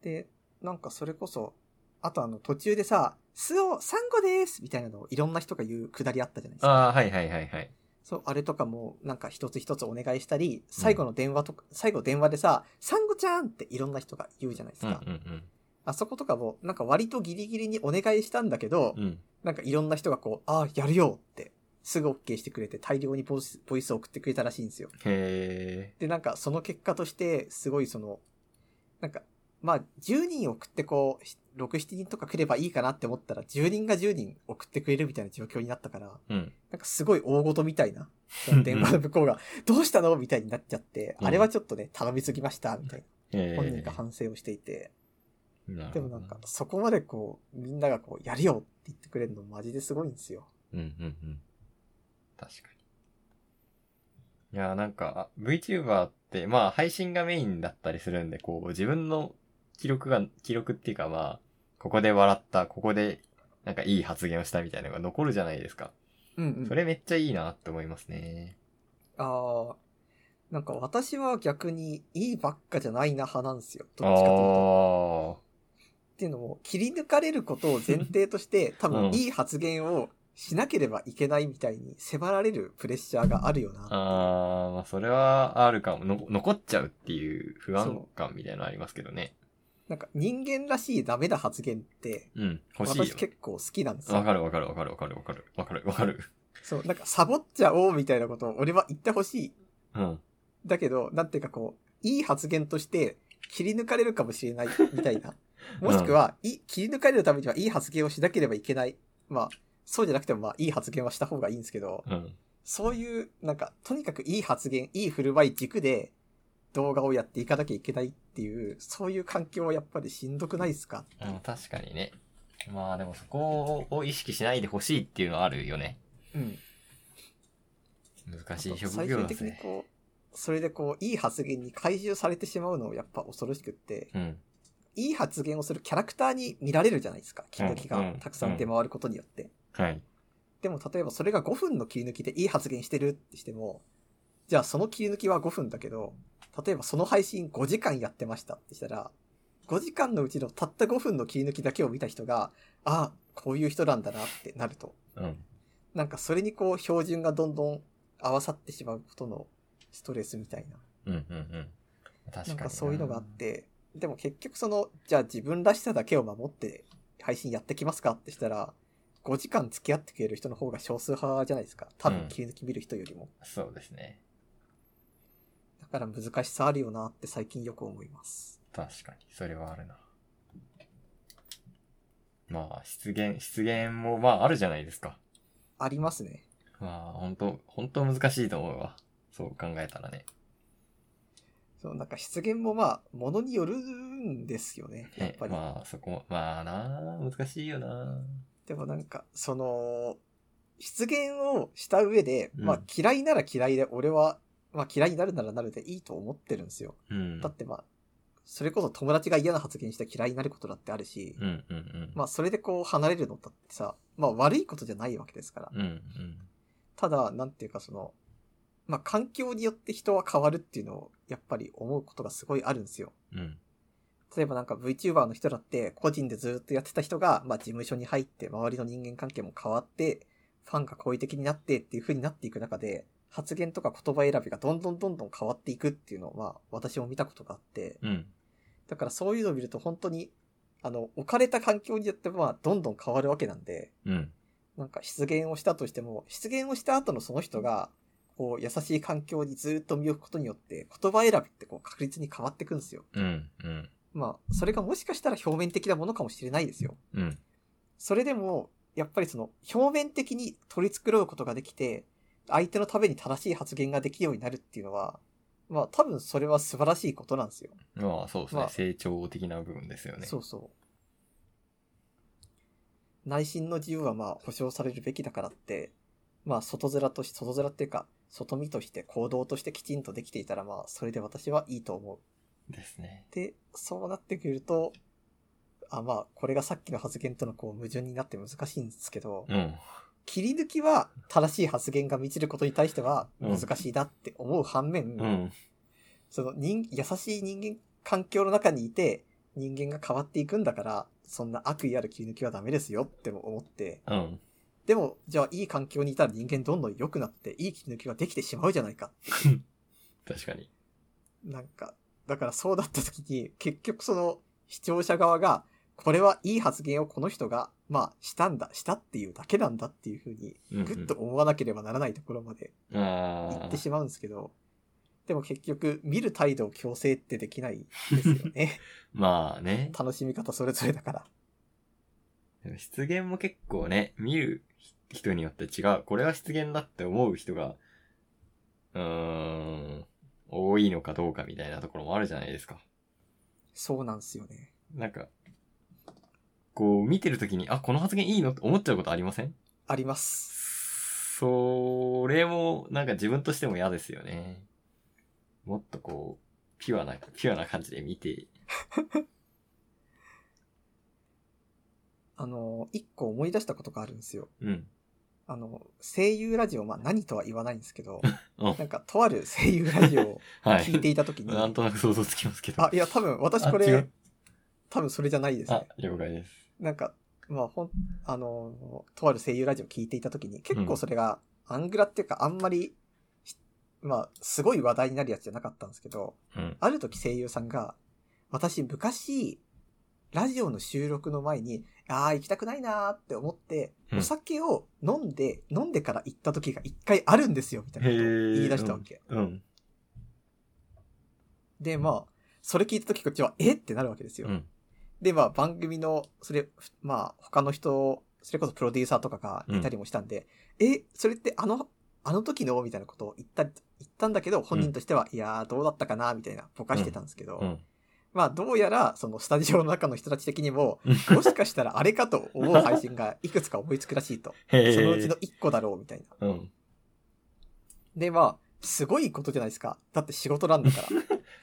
Speaker 1: で、なんかそれこそ、あとあの途中でさ、スオ、サンゴですみたいなのをいろんな人が言うくだりあったじゃないですか。
Speaker 2: ああ、はいはいはいはい。
Speaker 1: そう、あれとかもなんか一つ一つお願いしたり、最後の電話とか、最後電話でさ、サンゴちゃんっていろんな人が言うじゃないです
Speaker 2: うんう
Speaker 1: か。
Speaker 2: ん
Speaker 1: あそことかも、なんか割とギリギリにお願いしたんだけど、
Speaker 2: うん。うん。
Speaker 1: なんかいろんな人がこう、ああ、やるよって、すぐ OK してくれて大量にボイス、ボイスを送ってくれたらしいんですよ。
Speaker 2: へ
Speaker 1: で、なんかその結果として、すごいその、なんか、まあ、10人送ってこう、6、7人とか来ればいいかなって思ったら、10人が10人送ってくれるみたいな状況になったから、
Speaker 2: え。うん。
Speaker 1: なんかすごい大ごとみたいな
Speaker 2: うんう、ん
Speaker 1: 電話の向こうが、どうしたのみたいになっちゃって、
Speaker 2: うん
Speaker 1: あれはちょっとね、頼みすぎました、みたい
Speaker 2: え
Speaker 1: な、本人が反省をしていて、
Speaker 2: なる
Speaker 1: で
Speaker 2: ほ
Speaker 1: も
Speaker 2: ど
Speaker 1: なんか、そこまでこう、みんながこう、やるよって言ってくれるのマジですごいんですよ。
Speaker 2: うんうんうん。確かに。いやー、なんか、あ VTuber って、まあ、配信がメインだったりするんで、こう、自分の記録が、記録っていうか、まあ、ここで笑った、ここで、なんかいい発言をしたみたいなのが残るじゃないですか。
Speaker 1: うんうん。
Speaker 2: それめっちゃいいなって思いますね。
Speaker 1: ああ、なんか私は逆にいいばっかじゃないな派なんですよ。ど
Speaker 2: ああ
Speaker 1: っちかというと。
Speaker 2: ー。
Speaker 1: っていうのも、切り抜かれることを前提として、多分いい発言をしなければいけないみたいに迫られるプレッシャーがあるよな。
Speaker 2: ああ、まあ、それはあるかも。の残っちゃうっていう不安感みたいなのありますけどね。
Speaker 1: なんか人間らしいダメな発言って、
Speaker 2: うん。欲しい
Speaker 1: 私
Speaker 2: よ。
Speaker 1: 結構好きなんです
Speaker 2: わ
Speaker 1: よ。
Speaker 2: かるわかるわかるわかるわかる。わかるわかる。
Speaker 1: そう、なんかサボっちゃおうみたいなことを俺は言ってほしい。
Speaker 2: うん。
Speaker 1: だけど、なんていうかこう、いい発言として切り抜かれるかもしれないみたいな。もしくは、い切り抜かれるためにはいい発言をしなければいけない。まあ、そうじゃなくてもまあいい発言はした方がいいんですけど、
Speaker 2: うん。
Speaker 1: そういう、なんか、とにかくいい発言、いい振る舞い軸で動画をやっていかなきゃいけないっていう、そういう環境はやっぱりしんどくないですか
Speaker 2: うん、確かにね。まあでもそこを意識しないでほしいっていうのはあるよね。
Speaker 1: うん。
Speaker 2: 難しい
Speaker 1: 最
Speaker 2: 職
Speaker 1: 終
Speaker 2: 業で
Speaker 1: 的
Speaker 2: す
Speaker 1: に
Speaker 2: ね。
Speaker 1: こう、それでこう、いい発言に怪獣されてしまうのをやっぱ恐ろしくって、
Speaker 2: うん。
Speaker 1: いい発言をするキャラクターに見られるじゃないですか。切り抜き
Speaker 2: うんう
Speaker 1: が
Speaker 2: ん
Speaker 1: たくさん出回ることによって。
Speaker 2: はい。
Speaker 1: でも例えばそれが5分の切り抜きでいい発言してるってしても、じゃあその切り抜きは5分だけど、例えばその配信5時間やってましたってしたら、5時間のうちのたった5分の切り抜きだけを見た人が、ああ、こういう人なんだなってなると、
Speaker 2: うん。
Speaker 1: なんかそれにこう標準がどんどん合わさってしまうことのストレスみたいな。
Speaker 2: うんうんうん。確かに。
Speaker 1: なんかそういうのがあっ。て、でも結局その、じゃあ自分らしさだけを守って配信やってきますかってしたら、5時間付き合ってくれる人の方が少数派じゃないですか。多
Speaker 2: う
Speaker 1: 分
Speaker 2: ん
Speaker 1: 切り抜き見る人よりも。
Speaker 2: そうですね。
Speaker 1: だから難しさあるよなって最近よく思います。
Speaker 2: 確かに。それはあるな。まあ、失言、失言もまああるじゃないですか。
Speaker 1: ありますね。
Speaker 2: まあ、本当本当難しいと思うわ。そう考えたらね。
Speaker 1: そう、なんか失言もまあ、ものによるんですよね。やっ
Speaker 2: ね
Speaker 1: ぱり。
Speaker 2: まあ、そこも、まあなあ難しいよな
Speaker 1: でもなんか、その、失言をした上で、まあ
Speaker 2: うん
Speaker 1: 嫌いなら嫌いで、俺は、まあ嫌いになるならなるでいいと思ってるんですよ。
Speaker 2: うん。
Speaker 1: だってまあ、それこそ友達が嫌な発言して嫌いになることだってあるし、
Speaker 2: うんうんうん。
Speaker 1: まあそれでこう離れるのだってさ、まあ悪いことじゃないわけですから。
Speaker 2: うんうん。
Speaker 1: ただ、なんていうかその、まあ環境によって人は変わるっていうのをやっぱり思うことがすごいあるんですよ。
Speaker 2: うん。
Speaker 1: 例えばなんか VTuber の人だって個人でずっとやってた人が、まあ事務所に入って周りの人間関係も変わって、ファンが好意的になってっていう風になっていく中で、発言とか言葉選びがどんどんどんどん変わっていくっていうのをまあ私も見たことがあって、
Speaker 2: うん。
Speaker 1: だからそういうのを見ると本当に、あの、置かれた環境によって、まあ、どんどん変わるわけなんで、
Speaker 2: うん。
Speaker 1: なんか出現をしたとしても、出現をした後のその人が、こう、優しい環境にずっと身を置くことによって、言葉選びってこう、確率に変わってくんですよ。
Speaker 2: うん。うん。
Speaker 1: まあ、それがもしかしたら表面的なものかもしれないですよ。
Speaker 2: うん。
Speaker 1: それでも、やっぱりその、表面的に取り繕うことができて、相手のために正しい発言ができるようになるっていうのは、まあ多分それは素晴らしいことなんですよ。
Speaker 2: まあ、そうですね。
Speaker 1: まあ
Speaker 2: 成長的な部分ですよね。
Speaker 1: そうそう。内心の自由はまあ保障されるべきだからって、まあ外面として、外面っていうか、外見として行動としてきちんとできていたらまあそれで私はいいと思う。
Speaker 2: ですね。
Speaker 1: で、そうなってくると、あ、まあこれがさっきの発言とのこう矛盾になって難しいんですけど、
Speaker 2: うん。
Speaker 1: 切り抜きは正しい発言が満ちることに対しては難しいなって思う反面、
Speaker 2: うん。
Speaker 1: その人、優しい人間環境の中にいて、人間が変わっていくんだから、そんな悪意ある切り抜きはダメですよっても思って、
Speaker 2: うん。
Speaker 1: でも、じゃあいい環境にいたら人間どんどん良くなって、いい切り抜きができてしまうじゃないか。
Speaker 2: 確かに。
Speaker 1: なんか、だからそうだった時に、結局その視聴者側が、これはいい発言をこの人が、まあ、したんだ、したっていうだけなんだっていうふうに、
Speaker 2: うん、うん。
Speaker 1: ぐっと思わなければならないところまで行
Speaker 2: あ
Speaker 1: って
Speaker 2: あ。
Speaker 1: しまうんですけど、でも結局、見る態度を強制ってできないですよね。
Speaker 2: まあね。
Speaker 1: 楽しみ方それぞれだから。
Speaker 2: でも失言も結構ね、見る人によって違う。これは失言だって思う人が、うーん、多いのかどうかみたいなところもあるじゃないですか。
Speaker 1: そうなんですよね。
Speaker 2: なんか、こう見てるときに、あ、この発言いいのって思っちゃうことありません
Speaker 1: あります。
Speaker 2: それも、なんか自分としても嫌ですよね。もっとこう、ピュアな、ピュアな感じで見て、
Speaker 1: あの、一個思い出したことがあるんですよ。
Speaker 2: うん。
Speaker 1: あの、声優ラジオ、まあ何とは言わないんですけど、
Speaker 2: うん
Speaker 1: なんかとある声優ラジオを
Speaker 2: は
Speaker 1: 聞いて
Speaker 2: い。
Speaker 1: いたときに、
Speaker 2: なんとなく想像つきますけど。
Speaker 1: あ、いや、多分私こ
Speaker 2: あ違
Speaker 1: れ
Speaker 2: う、
Speaker 1: 多分それじゃないです
Speaker 2: あ
Speaker 1: ね。、
Speaker 2: 了解です。
Speaker 1: なんか、まあほん、あの、とある声優ラジオ聞いていたときに、結構それが、アングラっていうかあんまり、しまあ、すごい話題になるやつじゃなかったんですけど、
Speaker 2: うん。
Speaker 1: ある時声優さんが、私昔、ラジオの収録の前に、ああ、行きたくないなーって思って、
Speaker 2: うん
Speaker 1: お酒を飲んで、飲んでから行った時が一回あるんですよ、みたいなことを言い出したわけ。
Speaker 2: うん。
Speaker 1: で、まあ、それ聞いた時こっちは、えってなるわけですよ。
Speaker 2: うん。
Speaker 1: で、まあ、番組の、それ、ふまあ、他の人、それこそプロデューサーとかがいたりもしたんで、え、それってあの、あの時のみたいなことを言った、言ったんだけど、本人としては、いやー、どうだったかなみたいな、ぼかしてたんですけど、
Speaker 2: うん。
Speaker 1: まあどうやらそのスタジオの中の人たち的にも
Speaker 2: うん
Speaker 1: もしかしたらあれかと思う配信がいくつか思いつくらしい と
Speaker 2: へ
Speaker 1: そのうちの1個だろうみたいな
Speaker 2: うん。
Speaker 1: でまあすごいことじゃないですかだって仕事なんだ から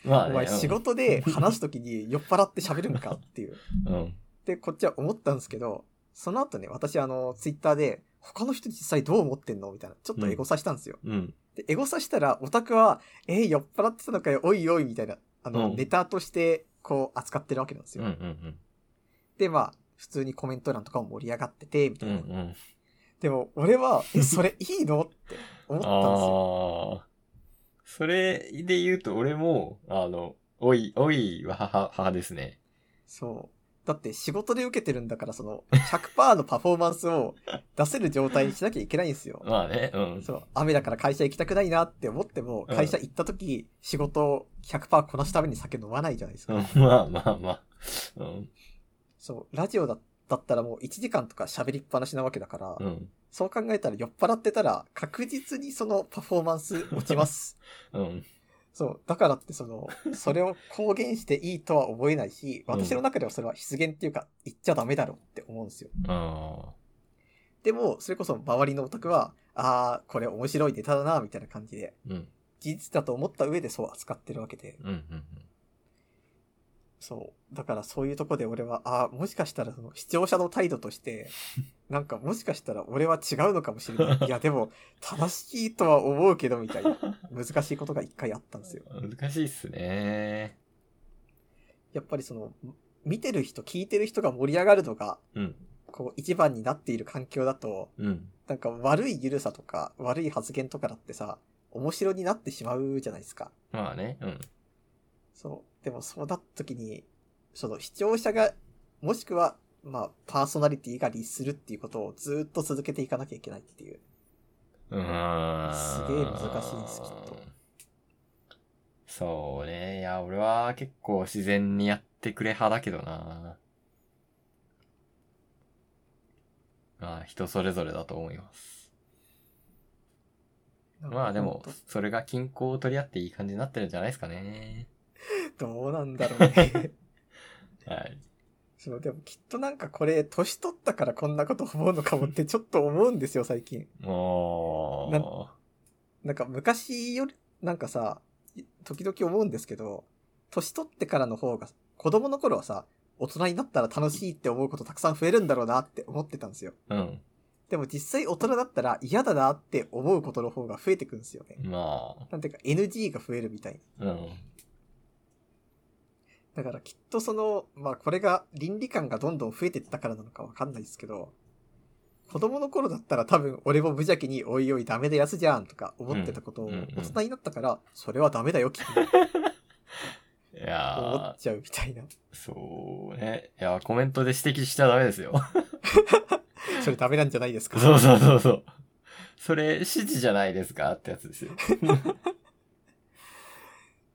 Speaker 2: まあ
Speaker 1: お
Speaker 2: ね、
Speaker 1: 前仕事で話す時に酔っ払って喋るんかっていう
Speaker 2: うん。
Speaker 1: でこっちは思ったんですけどその後ね私あのツイッターで他の人実際どう思ってんのみたいなちょっとエゴさしたんですよ、
Speaker 2: うん。
Speaker 1: でエゴさしたらオタクはえー、酔っ払ってたのかよおいおいみたいなあの、
Speaker 2: うん
Speaker 1: ネタとしてこう扱ってるわけなんです
Speaker 2: う
Speaker 1: よ、
Speaker 2: ん。うん。
Speaker 1: で、まあ、普通にコメント欄とかも盛り上がってて、みた
Speaker 2: う
Speaker 1: い
Speaker 2: ん。
Speaker 1: な。
Speaker 2: うん。
Speaker 1: でも、俺は、え、それいいのって思ったんですよ。
Speaker 2: ああ。それで言うと、俺も、あの、おい、おい、わはは、はですね。
Speaker 1: そう。だって仕事で受けてるんだから、その、100%のパフォーマンスを出せる状態にしなきゃいけないんですよ。
Speaker 2: まあね、うん。
Speaker 1: そう、雨だから会社行きたくないなって思っても、
Speaker 2: うん
Speaker 1: 会社行った時、仕事を100%こなすために酒飲まないじゃないですか。
Speaker 2: うんまあまあまあ。うん。
Speaker 1: そう、ラジオだだったらもう1時間とか喋りっぱなしなわけだから、
Speaker 2: うん。
Speaker 1: そう考えたら酔っ払ってたら、確実にそのパフォーマンス落ちます。
Speaker 2: うん。
Speaker 1: そう。だからって、その、それを公言していいとは思えないし、
Speaker 2: うん
Speaker 1: 私の中ではそれは失言っていうか、言っちゃダメだろうって思うんですよ。
Speaker 2: あ
Speaker 1: でも、それこそ周りのオタクは、あー、これ面白いネタだな、みたいな感じで、
Speaker 2: ーうん。
Speaker 1: 事実だと思った上でそう扱ってるわけで、
Speaker 2: うん。うん。
Speaker 1: そう。だからそういうとこで俺は、あー、もしかしたらその視聴者の態度として、なんかもしかしたら俺は違うのかもしれない。いや、でも、正しいとは思うけど、みたいな、難しいことが一回あったんですよ。
Speaker 2: うん難しいっすね。
Speaker 1: やっぱりその、見てる人、聞いてる人が盛り上がるのが、
Speaker 2: うん。
Speaker 1: こう、一番になっている環境だと、
Speaker 2: うん。
Speaker 1: なんか悪い緩さとか、悪い発言とかだってさ、面白になってしまうじゃないですか。
Speaker 2: まあね、うん。
Speaker 1: そう。でもそうなった時に、その視聴者がもしくは、まあ、パーソナリティが律するっていうことをずっと続けていかなきゃいけないっていう。
Speaker 2: うーん。
Speaker 1: すげえ難しいですきっと
Speaker 2: そうね。いや、俺は結構自然にやってくれ派だけどな。まあ、人それぞれだと思います。まあでも、それが均衡を取り合っていい感じになってるんじゃないですかね。
Speaker 1: どうなんだろうね。
Speaker 2: はい。
Speaker 1: そう、でもきっとなんかこれ、年取ったからこんなこと思うのかも ってちょっと思うんですよ、最近。
Speaker 2: も
Speaker 1: なんか昔より、なんかさ、時々思うんですけど、年取ってからの方が、子供の頃はさ、大人になったら楽しいって思うことたくさん増えるんだろうなって思ってたんですよ。
Speaker 2: う、うん。
Speaker 1: でも実際大人だったら嫌だなって思うことの方が増えてくんですよね。
Speaker 2: まあ、
Speaker 1: なんていうか NG が増えるみたいな。
Speaker 2: うん。
Speaker 1: だからきっとその、まあこれが倫理観がどんどん増えてったからなのかわかんないですけど、子供の頃だったら多分俺も無邪気においおいダメだやつじゃんとか思ってたことを
Speaker 2: うんうんうん
Speaker 1: 大人になったから、それはダメだよきっと
Speaker 2: い
Speaker 1: 思
Speaker 2: や
Speaker 1: っちゃうみたいな。
Speaker 2: ー、そうね。いや、コメントで指摘しちゃダメですよ。
Speaker 1: それダメなんじゃないですか。
Speaker 2: そうそうそうそう。それ、指示じゃないですかってやつ ですよ。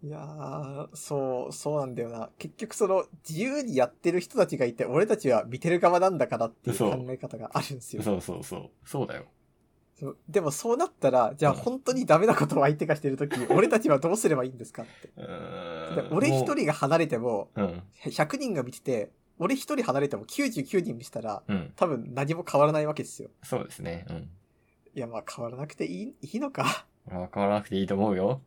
Speaker 1: いやー、そう、そうなんだよな。結局その自由にやってる人たちがいて、俺たちは見てる側なんだからっていう
Speaker 2: そう
Speaker 1: 考え方があるんですよ。
Speaker 2: そうそうそう。そうだよ。
Speaker 1: そうでもそうなったら、じゃあ
Speaker 2: うん
Speaker 1: 本当にダメなことを相手がしてる とき、俺たちはどうすればいいんですかって。
Speaker 2: うー
Speaker 1: で
Speaker 2: ん
Speaker 1: 俺一。人が離れても、
Speaker 2: もううん。
Speaker 1: 100人が見てて、俺一人離れても99人見てたら、
Speaker 2: うん。
Speaker 1: 多分何も変わらないわけですよ。
Speaker 2: そうですね。うん。
Speaker 1: いや、まあ変わらなくていい、いいのか。
Speaker 2: 俺は変わらなくていいと思う よ。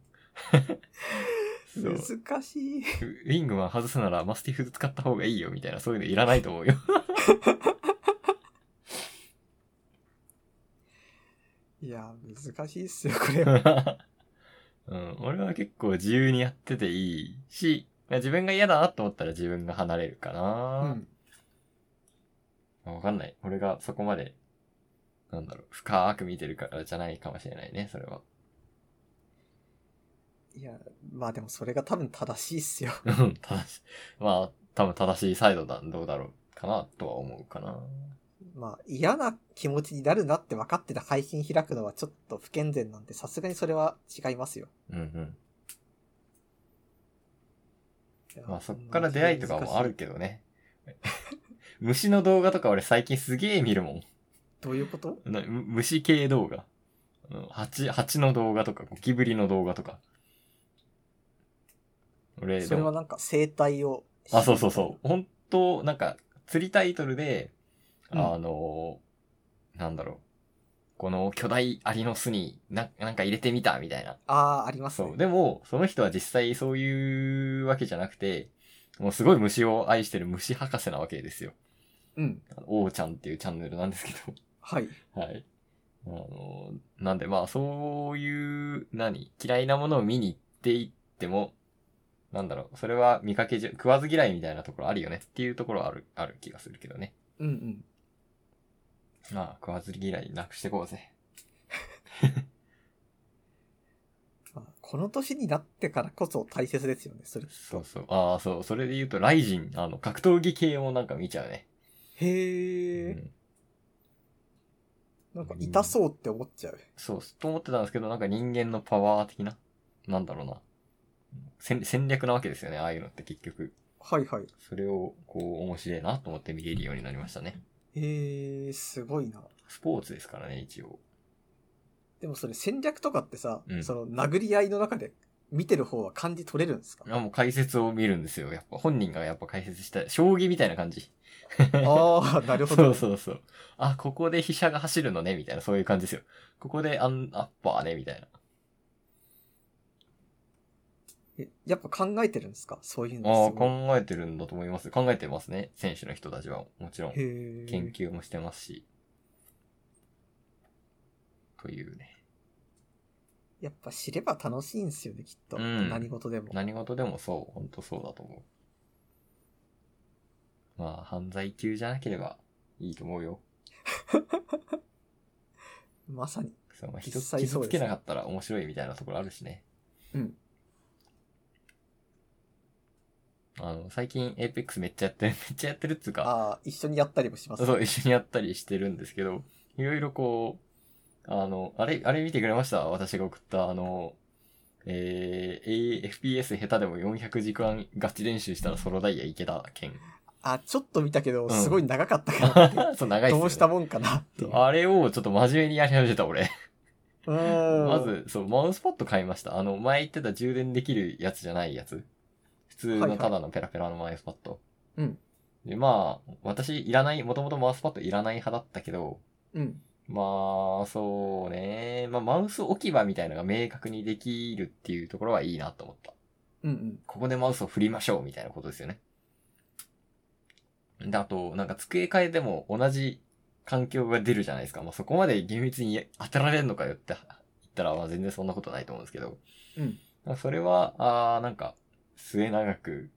Speaker 2: そう。
Speaker 1: 難しい。
Speaker 2: ウィングマン外すならマスティフ使った方がいいよみたいな、そういうのいらないと思うよ。
Speaker 1: いや、難しいっすよ、これは。
Speaker 2: うん、俺は結構自由にやってていいし、自分が嫌だなと思ったら自分が離れるか
Speaker 1: う
Speaker 2: な。
Speaker 1: ん。
Speaker 2: わかんない。俺がそこまで、なんだろう、深く見てるからじゃないかもしれないね、そ れは。
Speaker 1: いや、まあでもそれが多分正しいっすよ。
Speaker 2: うん、正しい。まあ、多分正しいサイドだ、どうだろうかな、とは思うかな。
Speaker 1: まあ嫌な気持ちになるなって分かってた配信開くのはちょっと不健全なんで、さすがにそれは違いますよ。
Speaker 2: うんうん。
Speaker 1: いや
Speaker 2: まあそっから出会いとかもある。けど ね。虫の動画とか俺最近すげえ見るもん。
Speaker 1: どういうこと
Speaker 2: なむ虫系動画。あの蜂、蜂の動画とか、ゴキブリの動画とか。俺、
Speaker 1: そ
Speaker 2: で
Speaker 1: れは
Speaker 2: も、
Speaker 1: なんか生態を。
Speaker 2: あ、そうそうそう。本当なんか、釣りタイトルで、
Speaker 1: うん
Speaker 2: あのーなんだろう。この巨大アリの巣にな、なんか入れてみた、みたいな。
Speaker 1: ああ、あります
Speaker 2: そう。
Speaker 1: ね。
Speaker 2: でも、その人は実際そういうわけじゃなくて、もうすごい虫を愛してる虫博士なわけですよ。
Speaker 1: うん。
Speaker 2: あの王ちゃんっていうチャンネルなんですけど。
Speaker 1: はい。
Speaker 2: はい。あの、なんでまあそういう、何嫌いなものを見に行っていっても、なんだろう、それは見かけじゃ、食わず嫌いみたいなところあるよねっていうところはある、ある気がするけどね。
Speaker 1: うんうん。
Speaker 2: まあ食わず嫌いなくしてこうぜ。
Speaker 1: まあ、この年になってからこそ大切ですよね、それ。
Speaker 2: そうそう。ああ、そう、それで言うと、ライジン、あの、格闘技系もなんか見ちゃうね。
Speaker 1: へ
Speaker 2: う
Speaker 1: え、
Speaker 2: ん
Speaker 1: なんか痛そうって思っちゃう。
Speaker 2: そう、と思ってたんですけど、なんか人間のパワー的な、なんだろうな。戦戦略なわけですよね、ああいうのって結局。
Speaker 1: はいはい。
Speaker 2: それを、こう、面白いなと思って見れるようになりましたね。
Speaker 1: へえ、すごいな。
Speaker 2: スポーツですからね、一応。
Speaker 1: でもそれ戦略とかってさ、
Speaker 2: うん
Speaker 1: その殴り合いの中で見てる方は感じ取れるんですか
Speaker 2: あもう解説を見るんですよ。やっぱ本人がやっぱ解説したい。将棋みたいな感じ。
Speaker 1: ああ、なるほ
Speaker 2: そ
Speaker 1: ど。
Speaker 2: うそうそう。あ、ここで飛車が走るのね、みたいな、そういう感じですよ。ここでアンアッパーね、みたいな。
Speaker 1: えやっぱ考えてるんですかそういう
Speaker 2: あ
Speaker 1: の
Speaker 2: あ、
Speaker 1: すごい
Speaker 2: 考えてるんだと思います。考えてますね。選手の人たちは。もちろん。
Speaker 1: へ
Speaker 2: 研
Speaker 1: え。
Speaker 2: 究もしてますし。というね。
Speaker 1: やっぱ知れば楽しいんですよね、きっと。
Speaker 2: うん
Speaker 1: 何事でも。
Speaker 2: 何事でもそう。ほんとそうだと思う。まあ、犯罪級じゃなければいいと思うよ。
Speaker 1: まさに。
Speaker 2: そう、まあ、人
Speaker 1: 実際
Speaker 2: 傷
Speaker 1: そう
Speaker 2: つ
Speaker 1: です
Speaker 2: けなかったら面白いみたいなところあるしね。
Speaker 1: うん。
Speaker 2: あの、最近 Apex めっちゃやってる、 めっちゃやってるっつうか、
Speaker 1: ああ、一緒にやったりもします。
Speaker 2: そう、一緒にやったりしてるんですけど、いろいろこう、あの、あれ、あれ見てくれました私が送った、あの、えー、A- FPS 下手でも400時間ガチ練習したらソロダイヤいけた件。
Speaker 1: あ、ちょっと見たけど、
Speaker 2: ん
Speaker 1: すごい長かったからって、
Speaker 2: そう、長いっすよね
Speaker 1: どうしたもんかなっていう。
Speaker 2: あれをちょっと真面目にやり始めた、俺。
Speaker 1: うーん
Speaker 2: ま、ず、そう、マウスパッド買いました。あの、前言ってた充電できるやつじゃないやつ。普通
Speaker 1: はいは
Speaker 2: の
Speaker 1: い
Speaker 2: ただのペラペラのマウスパッド。
Speaker 1: うん
Speaker 2: で、まあ、私、いらない、もともとマウスパッドいらない派だったけど、
Speaker 1: うん。
Speaker 2: まあ、そうね。まあ、マウス置き場みたいのが明確にできるっていうところはいいなと思った。
Speaker 1: うんうん。
Speaker 2: ここでマウスを振りましょうみたいなことですよね。で、あと、なんか机変えても同じ環境が出るじゃないですか。まあ、そこまで厳密に当てられるのかよって言ったら、まあ、全然そんなことないと思うんですけど。
Speaker 1: うん
Speaker 2: まあ。それは、あーなんか、末長く、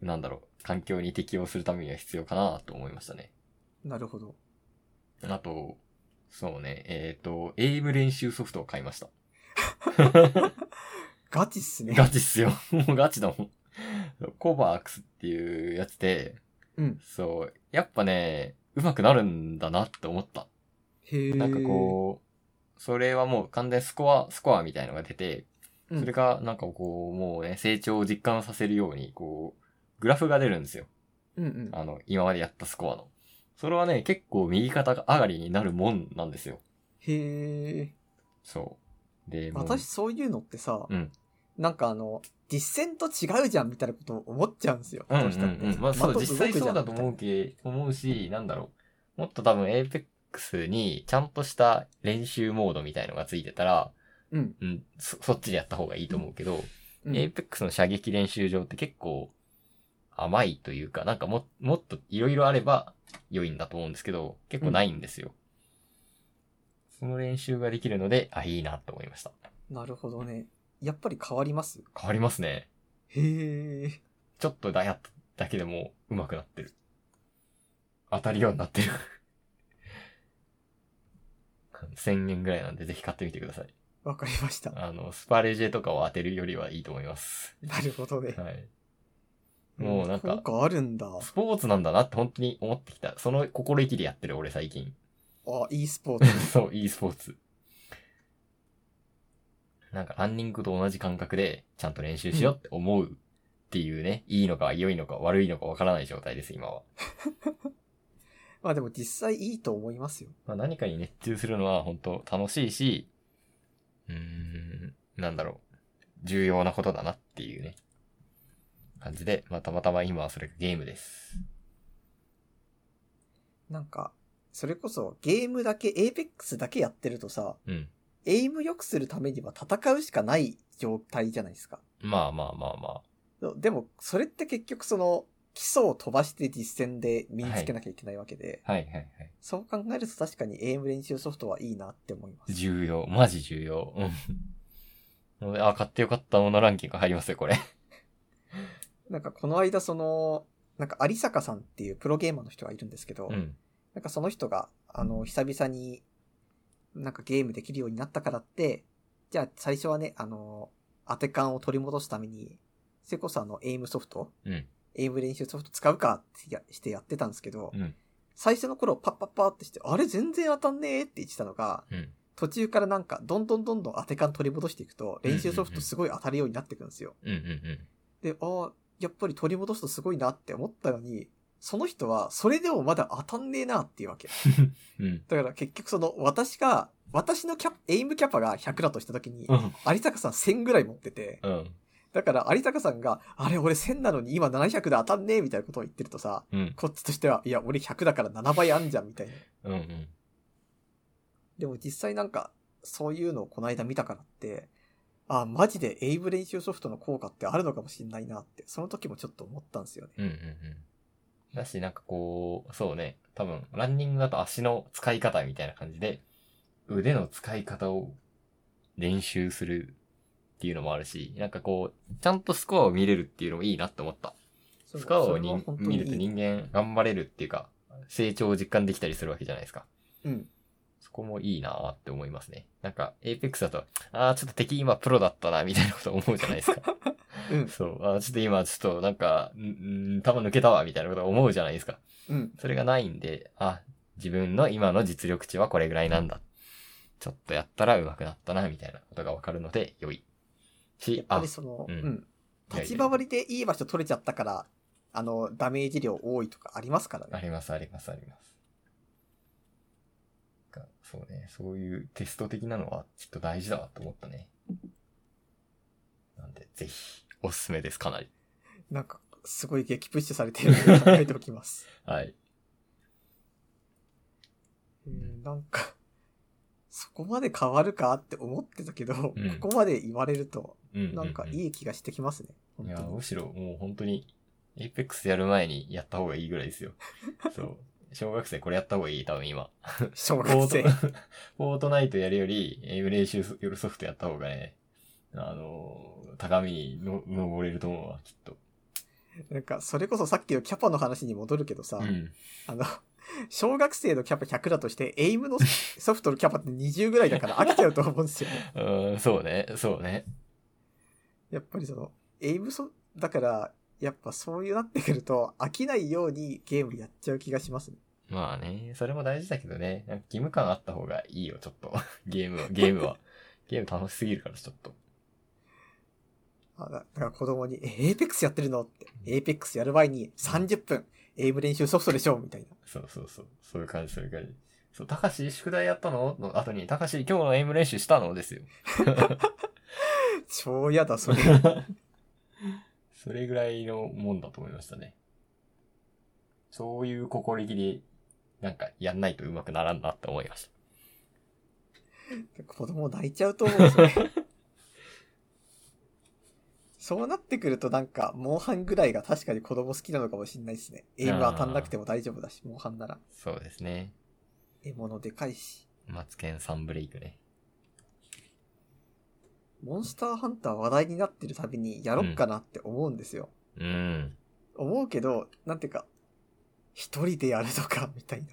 Speaker 2: なんだろう、環境に適応するためには必要かなと思いましたね。
Speaker 1: なるほど。
Speaker 2: あと、そうね、えっ、と、エイム練習ソフトを買いました。
Speaker 1: ガチっすね。
Speaker 2: ガチっすよ。 もうガチだもん。コバークスっていうやつで、
Speaker 1: うん
Speaker 2: そう、やっぱね、上手くなるんだなって思った。
Speaker 1: へえ。
Speaker 2: なんかこう、それはもう完全にスコア、スコアみたいのが出て、
Speaker 1: うん
Speaker 2: それがなんかこう、もうね、成長を実感させるように、こう、グラフが出るんですよ。
Speaker 1: うんうん。
Speaker 2: あの、今までやったスコアの。それはね、結構右肩上がりになるもんなんですよ。
Speaker 1: へえ。
Speaker 2: そう。で、もう
Speaker 1: 私そういうのってさ、
Speaker 2: うん
Speaker 1: なんかあの、実践と違うじゃんみたいなこと思っちゃうんですよ。
Speaker 2: うんうん
Speaker 1: どしたって
Speaker 2: うんまあそう、
Speaker 1: 的
Speaker 2: 実際
Speaker 1: 動くじ
Speaker 2: そ
Speaker 1: ゃ
Speaker 2: うんだと思うけ、思うし、なんだろう。もっと多分 Apex にちゃんとした練習モードみたいのがついてたら、
Speaker 1: うん。
Speaker 2: うん、そ、そっちでやった方がいいと思うけど、
Speaker 1: うん
Speaker 2: Apex の射撃練習場って結構甘いというか、なんかも、もっといろいろあれば良いんだと思うんですけど、結構ないんですよ。その練習ができるので、あ、いいなと思いました。
Speaker 1: なるほどね。やっぱり変わります
Speaker 2: 変わりますね。
Speaker 1: へえ。
Speaker 2: ちょっとだやっただけでもう上手くなってる。当たるようになってる。1000円ぐらいなんでぜひ買ってみてください。
Speaker 1: わかりました。
Speaker 2: あの、スパレジェとかを当てるよりはいいと思います。
Speaker 1: なるほどね。
Speaker 2: はい。もうなん
Speaker 1: 効
Speaker 2: か、
Speaker 1: 果あるんだ。
Speaker 2: スポーツなんだなって本当に思ってきた。その心意気でやってる俺最近。
Speaker 1: あ、e スポーツ。
Speaker 2: そう、e スポーツ。なんかランニングと同じ感覚でちゃんと練習しようって思うっていうね、いいのか良いのか悪いのかわからない状態です、今は。
Speaker 1: まあでも実際いいと思いますよ。
Speaker 2: まあ、何かに熱中するのは本当楽しいし、うーん、なんだろう、重要なことだなっていうね、感じで、まあ、たまたま今はそれがゲームです。
Speaker 1: なんか、それこそゲームだけ、Apex だけやってるとさ、
Speaker 2: うん。
Speaker 1: エイム良くするためには戦うしかない状態じゃないですか。
Speaker 2: まあまあまあま
Speaker 1: そうでも、それって結局その、基礎を飛ばして実践で身につけなきゃいけないわけで、
Speaker 2: あ。はいはいはい。
Speaker 1: そう考えると確かにエイム練習ソフトはいいなって思います。
Speaker 2: 重要。マジ重要。うん。なのであ、買ってよかったものランキング入りますよ、これ。
Speaker 1: なんかこの間その、なんか有坂さんっていうプロゲーマーの人がいるんですけど、
Speaker 2: うん。
Speaker 1: なんかその人が、あの、久々になんかゲームできるようになったからって、じゃあ最初はね、あの、当て感を取り戻すために、それこそあの、エイムソフト、
Speaker 2: うん。
Speaker 1: エイム練習ソフト使うかってやしてやってたんですけど、
Speaker 2: うん
Speaker 1: 最初の頃パッパッパーってして、あれ全然当たんねえって言ってたのが、
Speaker 2: うん。
Speaker 1: 途中からなんかどんどんどんどん当て感取り戻していくと、練習ソフトすごい当たるようになってくるんですよ。
Speaker 2: うんうん
Speaker 1: で、ああ、やっぱり取り戻すとすごいなって思ったのに、その人はそれでもまだ当たんねえなっていうわけ。
Speaker 2: うん。うん。
Speaker 1: だから結局その私が、私のキャパエイムキャパが100だとした時に、
Speaker 2: うん。
Speaker 1: 有坂さん1000ぐらい持ってて、
Speaker 2: うん。
Speaker 1: だから有坂さんが、あれ俺1000なのに今700で当たんねえみたいなことを言ってるとさ、
Speaker 2: うん。
Speaker 1: こっちとしては、いや俺100だから7倍あんじゃんみたいな。
Speaker 2: うん。うん。
Speaker 1: でも実際なんか、そういうのをこの間見たからって、ああ、マジでエイブ練習ソフトの効果ってあるのかもしんないなって、その時もちょっと思ったんですよね。
Speaker 2: うんうんうん。だし、なんかこう、そうね、多分、ランニングだと足の使い方みたいな感じで、腕の使い方を練習するっていうのもあるし、なんかこう、ちゃんとスコアを見れるっていうのもいいなって思った。
Speaker 1: そう
Speaker 2: スコアを
Speaker 1: それは
Speaker 2: に
Speaker 1: 本当にい
Speaker 2: 見
Speaker 1: い
Speaker 2: ると人間頑張れるっていうか、成長を実感できたりするわけじゃないですか。
Speaker 1: うん。
Speaker 2: そこもいいなーって思いますね。なんか、エイペックスだと、あーちょっと敵今プロだったな、みたいなこと思うじゃないですか。
Speaker 1: うん、
Speaker 2: そう。あ、ちょっと今、ちょっとなんか、んん多分抜けたわ、みたいなこと思うじゃないですか。
Speaker 1: うん、
Speaker 2: それがないんで、あ、自分の今の実力値はこれぐらいなんだ。ちょっとやったら上手くなったな、みたいなことがわかるので、良い。
Speaker 1: や
Speaker 2: し
Speaker 1: っ、ぱ
Speaker 2: あ
Speaker 1: り、その、
Speaker 2: う
Speaker 1: うんん。
Speaker 2: いやいや
Speaker 1: 立ち回りでいい場所取れちゃったから、あの、ダメージ量多いとかありますから
Speaker 2: あ
Speaker 1: ね。
Speaker 2: ります、あります、あります。がそうね、そういうテスト的なのはきっと大事だわと思ったね。なんで、ぜひ、おすすめです、かなり。
Speaker 1: なんか、すごい激プッシュされてるので考えておき ます。
Speaker 2: はい。
Speaker 1: えーなんか、そこまで変わるかって思ってたけど、
Speaker 2: うん
Speaker 1: ここまで言われると、
Speaker 2: うんうう
Speaker 1: なんかいい気がしてきますね。
Speaker 2: いや、
Speaker 1: 本
Speaker 2: むしろもう本当に、エイペックスやる前にやった方がいいぐら いですよ。そう。小学生これやった方がいい、多分今。
Speaker 1: 当に。小
Speaker 2: フォ
Speaker 1: 学
Speaker 2: ー
Speaker 1: 生
Speaker 2: ト、。フォートナイトやるより、エイブ練習ソフトやった方がね、あのー、高みにの登れると思うわ、きっと。
Speaker 1: なんか、それこそさっきのキャパの話に戻るけどさ、
Speaker 2: うん。
Speaker 1: あの、小学生のキャパ100だとして、エイムのソフトのキャパって20ぐらいだから飽きちゃうと思うんですよね。
Speaker 2: うん、そうね、そうね。
Speaker 1: やっぱりその、エイムソ、だから、やっぱそういうなってくると、飽きないようにゲームやっちゃう気がしますね。
Speaker 2: まあね、それも大事だけどね、なんか義務感あった方がいいよ、ちょっと。 ゲームは、ゲームは。 ゲーム楽しすぎるから、ちょっと。
Speaker 1: あだだから子供に、え、エイペックスやってるのって、エイペックスやる前に30分、エイム練習ソフトでしょみたいな。
Speaker 2: そうそうそう。そういう感じ、そういう感じ。そう、たかし、宿題やったのの後に、たかし、今日のエイム練習したのですよ。
Speaker 1: 超嫌だ、それ。
Speaker 2: それぐらいのもんだと思いましたね。そういう心意気で、なんか、やんないとうまくならんなって思いました。
Speaker 1: 子供泣いちゃうと思うんですよね。そうなってくるとなんか、モンハンぐらいが確かに子供好きなのかもしれないですね。エイム当たんなくても大丈夫だし、モンハンなら。
Speaker 2: そうですね。
Speaker 1: 獲物でかいし。
Speaker 2: マツケンサンブレイクね。
Speaker 1: モンスターハンター話題になってるたびにやろっかなって思うんですよ。
Speaker 2: うん。
Speaker 1: 思うけど、なんていうか、一人でやるのか、みたい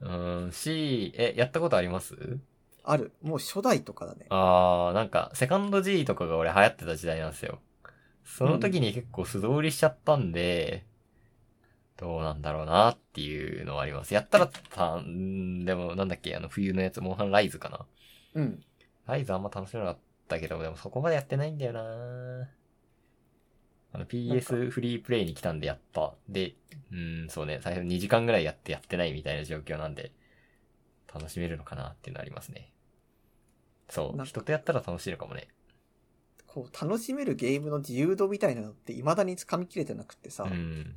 Speaker 1: な。
Speaker 2: うん、し、え、やったことあります
Speaker 1: ある。もう初代とかだね。
Speaker 2: あー、なんか、セカンド G とかが俺流行ってた時代なんですよ。その時に結構素通りしちゃったんで、どうなんだろうなっていうのはあります。やったらた、んでもなんだっけ、あの冬のやつ、モンハンライズかな。
Speaker 1: うん。
Speaker 2: ライズあんま楽しめなかったけど、でもそこまでやってないんだよなあの PS フリープレイに来たんでやった。で、うーん、そうね、最初2時間ぐらいやってやってないみたいな状況なんで、楽しめるのかなっていうのありますね。
Speaker 1: な
Speaker 2: そ
Speaker 1: ん
Speaker 2: う、
Speaker 1: か
Speaker 2: 人とやったら楽しいのかもね。
Speaker 1: こう、楽しめるゲームの自由度みたいなのって未だに掴みきれてなくってさ、
Speaker 2: うん。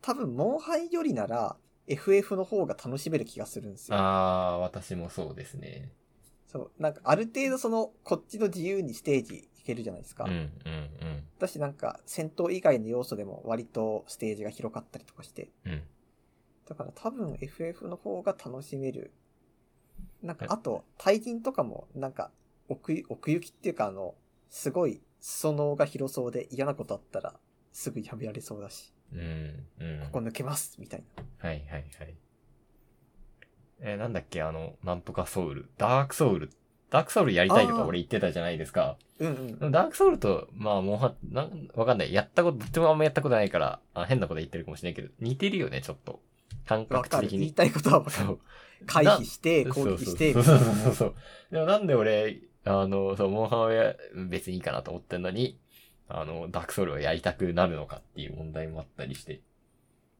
Speaker 1: 多分、モンハンよりなら、FF の方が楽しめる気がするんですよ。
Speaker 2: あー、私もそうですね。
Speaker 1: そう。なんか、ある程度その、こっちの自由にステージいけるじゃないです
Speaker 2: う
Speaker 1: か。
Speaker 2: ん、うん、うん。
Speaker 1: だし、なんか、戦闘以外の要素でも割とステージが広かったりとかして。
Speaker 2: うん。
Speaker 1: だから多分 FF の方が楽しめる。なんか
Speaker 2: は、い
Speaker 1: あと、対人とかも、なんか、奥い、奥行きっていうか、あの、すごい、裾野が広そうで嫌なことあったら、すぐやめられそうだし、
Speaker 2: うん、うん。
Speaker 1: ここ抜けます、みたいな。
Speaker 2: はいはいはい。えーなんだっけ、あの、なんとかソウル。ダークソウル。ダークソウルやりたいと
Speaker 1: あ
Speaker 2: か
Speaker 1: ー
Speaker 2: 俺言ってたじゃないですか。
Speaker 1: うん
Speaker 2: で
Speaker 1: う
Speaker 2: も
Speaker 1: ん。
Speaker 2: ダークソウルと、まあ、もうは、なん、わかんない。やったこと、どっちもあんまやったことないから、あ変なこと言ってるかもしれないけど、似てるよね、ちょっと。感
Speaker 1: わ
Speaker 2: 覚
Speaker 1: か
Speaker 2: 値
Speaker 1: る。
Speaker 2: 的
Speaker 1: 言い
Speaker 2: に。
Speaker 1: たいことはわか
Speaker 2: そ
Speaker 1: る。
Speaker 2: う。
Speaker 1: 回避して、攻撃して、
Speaker 2: そう
Speaker 1: みた
Speaker 2: そう
Speaker 1: いな
Speaker 2: そうそうそう。でもなんで俺、あの、そう、モンハンはや別にいいかなと思ってんのに、あの、ダークソウルをやりたくなるのかっていう問題もあったりして。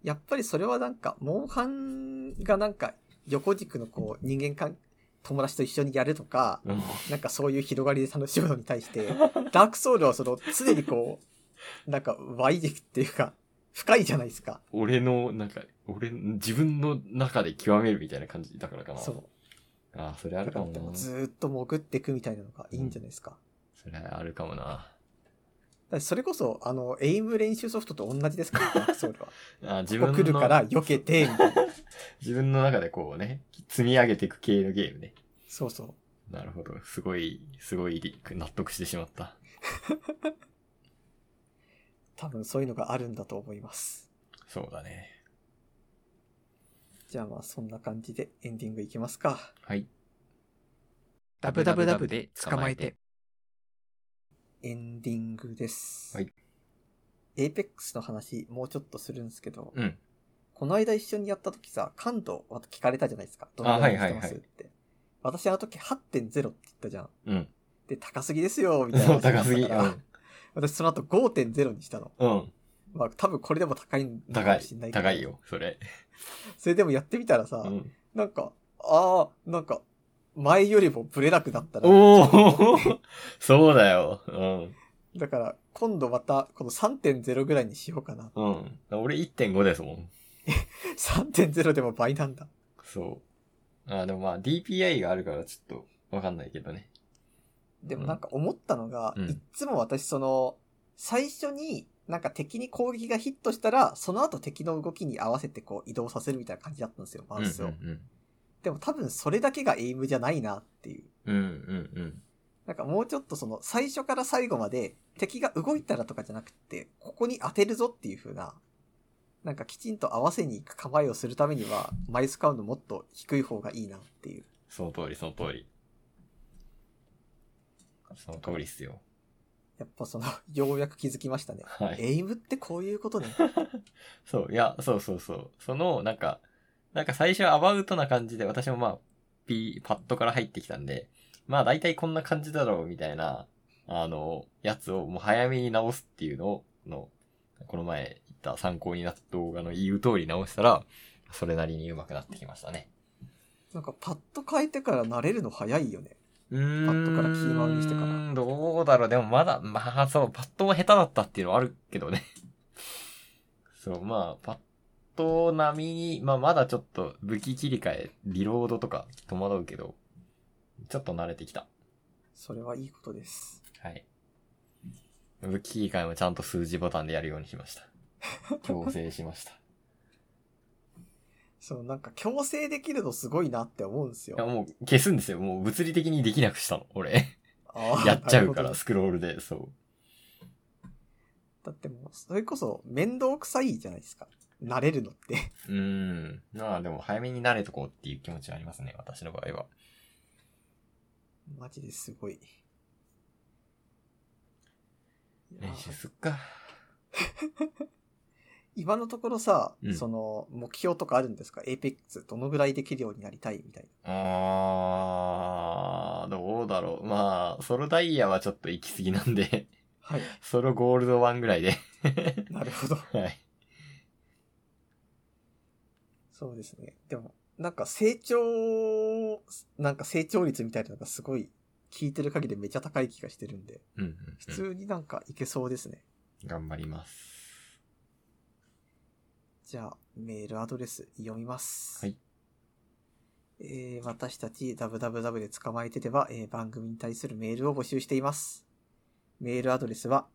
Speaker 1: やっぱりそれはなんか、モンハンがなんか、横軸のこう、人間関友達と一緒にやるとか、
Speaker 2: うん
Speaker 1: なんかそういう広がりで楽しむのに対して、 ダークソウルはその常にこう、なんか Y 軸っていうか、深いじゃないですか。
Speaker 2: 俺の、なんか、俺、自分の中で極めるみたいな感じだからかな。
Speaker 1: そう。
Speaker 2: ああ、それあ
Speaker 1: だ
Speaker 2: る
Speaker 1: か
Speaker 2: からも
Speaker 1: で
Speaker 2: な。
Speaker 1: もずーっと潜っていくみたいなのがいいんじゃないですか。
Speaker 2: それあるかもな。
Speaker 1: だってそれこそ、あの、エイム練習ソフトと同じです から、ダークソウルは。
Speaker 2: あー自
Speaker 1: こ
Speaker 2: 分
Speaker 1: こ
Speaker 2: の
Speaker 1: 来るから避けて、みたいな。
Speaker 2: 自分の中でこうね、積み上げていく系のゲームね。
Speaker 1: そうそう。
Speaker 2: なるほど。すごい、すごい納得してしまった。
Speaker 1: 多分そういうのがあるんだと思います。
Speaker 2: そうだね。
Speaker 1: じゃあまあそんな感じでエンディングいきますか。
Speaker 2: はい。
Speaker 3: ダブダブダブで捕まえて。
Speaker 1: エンディングです。
Speaker 2: はい。
Speaker 1: エイペックスの話、もうちょっとするんですけど、
Speaker 2: うん。
Speaker 1: この間一緒にやった時さ、感度は聞かれたじゃないですか。どのぐらいにしてま
Speaker 2: あはい
Speaker 1: すっ
Speaker 2: はいは
Speaker 1: て。私あの時8.0って言ったじゃん。
Speaker 2: うん。
Speaker 1: で、高すぎですよ、みたいな
Speaker 2: そう、
Speaker 1: 話にな
Speaker 2: 高
Speaker 1: った
Speaker 2: すぎ。う
Speaker 1: から
Speaker 2: ん。
Speaker 1: 私その後5.0にしたの。
Speaker 2: うん。
Speaker 1: まあ多分これでも高いんだ
Speaker 2: 高
Speaker 1: かも
Speaker 2: い
Speaker 1: しんない。けど
Speaker 2: 高い。よ、それ。
Speaker 1: それでもやってみたらさ、
Speaker 2: うん。
Speaker 1: なんか、ああ、なんか、前よりもブレなくなったな。
Speaker 2: おお そうだよ。うん。
Speaker 1: だから、今度また、この3.0ぐらいにしようかな。
Speaker 2: うん。俺1.5ですもん。
Speaker 1: 3.0でも倍なんだ。
Speaker 2: そう。あ、でもまあ DPI があるからちょっとわかんないけどね。
Speaker 1: でもなんか思ったのが、
Speaker 2: うん
Speaker 1: いっつも私その、最初になんか敵に攻撃がヒットしたら、その後敵の動きに合わせてこう移動させるみたいな感じだったんですよ、マウスを。
Speaker 2: うんうん
Speaker 1: でも多分それだけがエイムじゃないなっていう。
Speaker 2: うん。うんうんうん。
Speaker 1: なんかもうちょっとその、最初から最後まで敵が動いたらとかじゃなくて、ここに当てるぞっていう風な、なんかきちんと合わせに行く構えをするためには、マイスカウントもっと低い方がいいなっていう。
Speaker 2: その通り、その通り。その通りっすよ。
Speaker 1: やっぱその、 ようやく気づきましたね。
Speaker 2: はい。
Speaker 1: エイムってこういうことね。
Speaker 2: そう、いや、そうそうそう。その、なんか、なんか最初はアバウトな感じで、私もまあ、ピー、パッドから入ってきたんで、まあ大体こんな感じだろう、みたいな、あの、やつをもう早めに直すっていうのを、のこの前言った参考になった動画の言う通り直したら、それなりに上手くなってきましたね。
Speaker 1: なんかパッと変えてから慣れるの早いよね。
Speaker 2: パッ
Speaker 1: パッドからキーマウにしてから
Speaker 2: どうだろう。でもまだ、まあそう、パッドも下手だったっていうのはあるけどね。 そう、まあ、パッド並みに、まあまだちょっと武器切り替え、リロードとか戸惑うけど、ちょっと慣れてきた。
Speaker 1: それはいいことです。
Speaker 2: はい。武器切り替えもちゃんと数字ボタンでやるようにし ました。強制しました。い
Speaker 1: そう、なんか強制できるのすごいなって思うんですよ。
Speaker 2: や、もう消すんですよ。もう物理的にできなくしたの、俺。
Speaker 1: あー
Speaker 2: やっちゃ
Speaker 1: なる
Speaker 2: うか
Speaker 1: ほど
Speaker 2: ら、
Speaker 1: ね
Speaker 2: スクロールで、そう。
Speaker 1: だってもう、それこそ面倒くさいじゃないですか。慣れるのって。
Speaker 2: うーん。まあでも早めに慣れとこうっていう気持ちはありますね、私の場合は。
Speaker 1: マジですごい。いや
Speaker 2: 練習すっか。
Speaker 1: 今のところさ、
Speaker 2: うん
Speaker 1: その、目標とかあるんですか ?Apex どのぐらいできるようになりたいみたい
Speaker 2: あー、どうだろう。まあ、ソロダイヤはちょっと行き過ぎなんで、
Speaker 1: な。はい。
Speaker 2: ソロゴールドワンぐらいで。
Speaker 1: なるほど。
Speaker 2: はい。
Speaker 1: そうですね。でも、なんか成長、なんか成長率みたいなのがすごい、聞いてる限りめちゃ高い気がしてるんで、
Speaker 2: うん、うんうん。
Speaker 1: 普通になんかいけそうですね。
Speaker 2: 頑張ります。
Speaker 1: じゃあ、メールアドレス読みます。
Speaker 2: はい。
Speaker 1: えー、私たち www で捕まえてでは、えー番組に対するメールを募集しています。メールアドレスは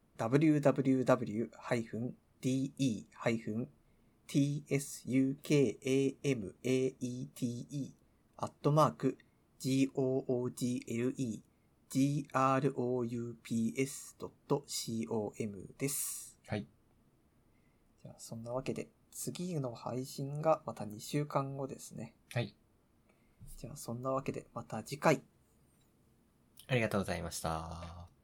Speaker 1: www-de-tsukamate アットマーク google-groups.com です。
Speaker 2: はい。
Speaker 1: じゃあ、そんなわけで、次の配信がまた2週間後ですね。
Speaker 2: はい。
Speaker 1: じゃあ、そんなわけで、また次回。
Speaker 2: ありがとうございました。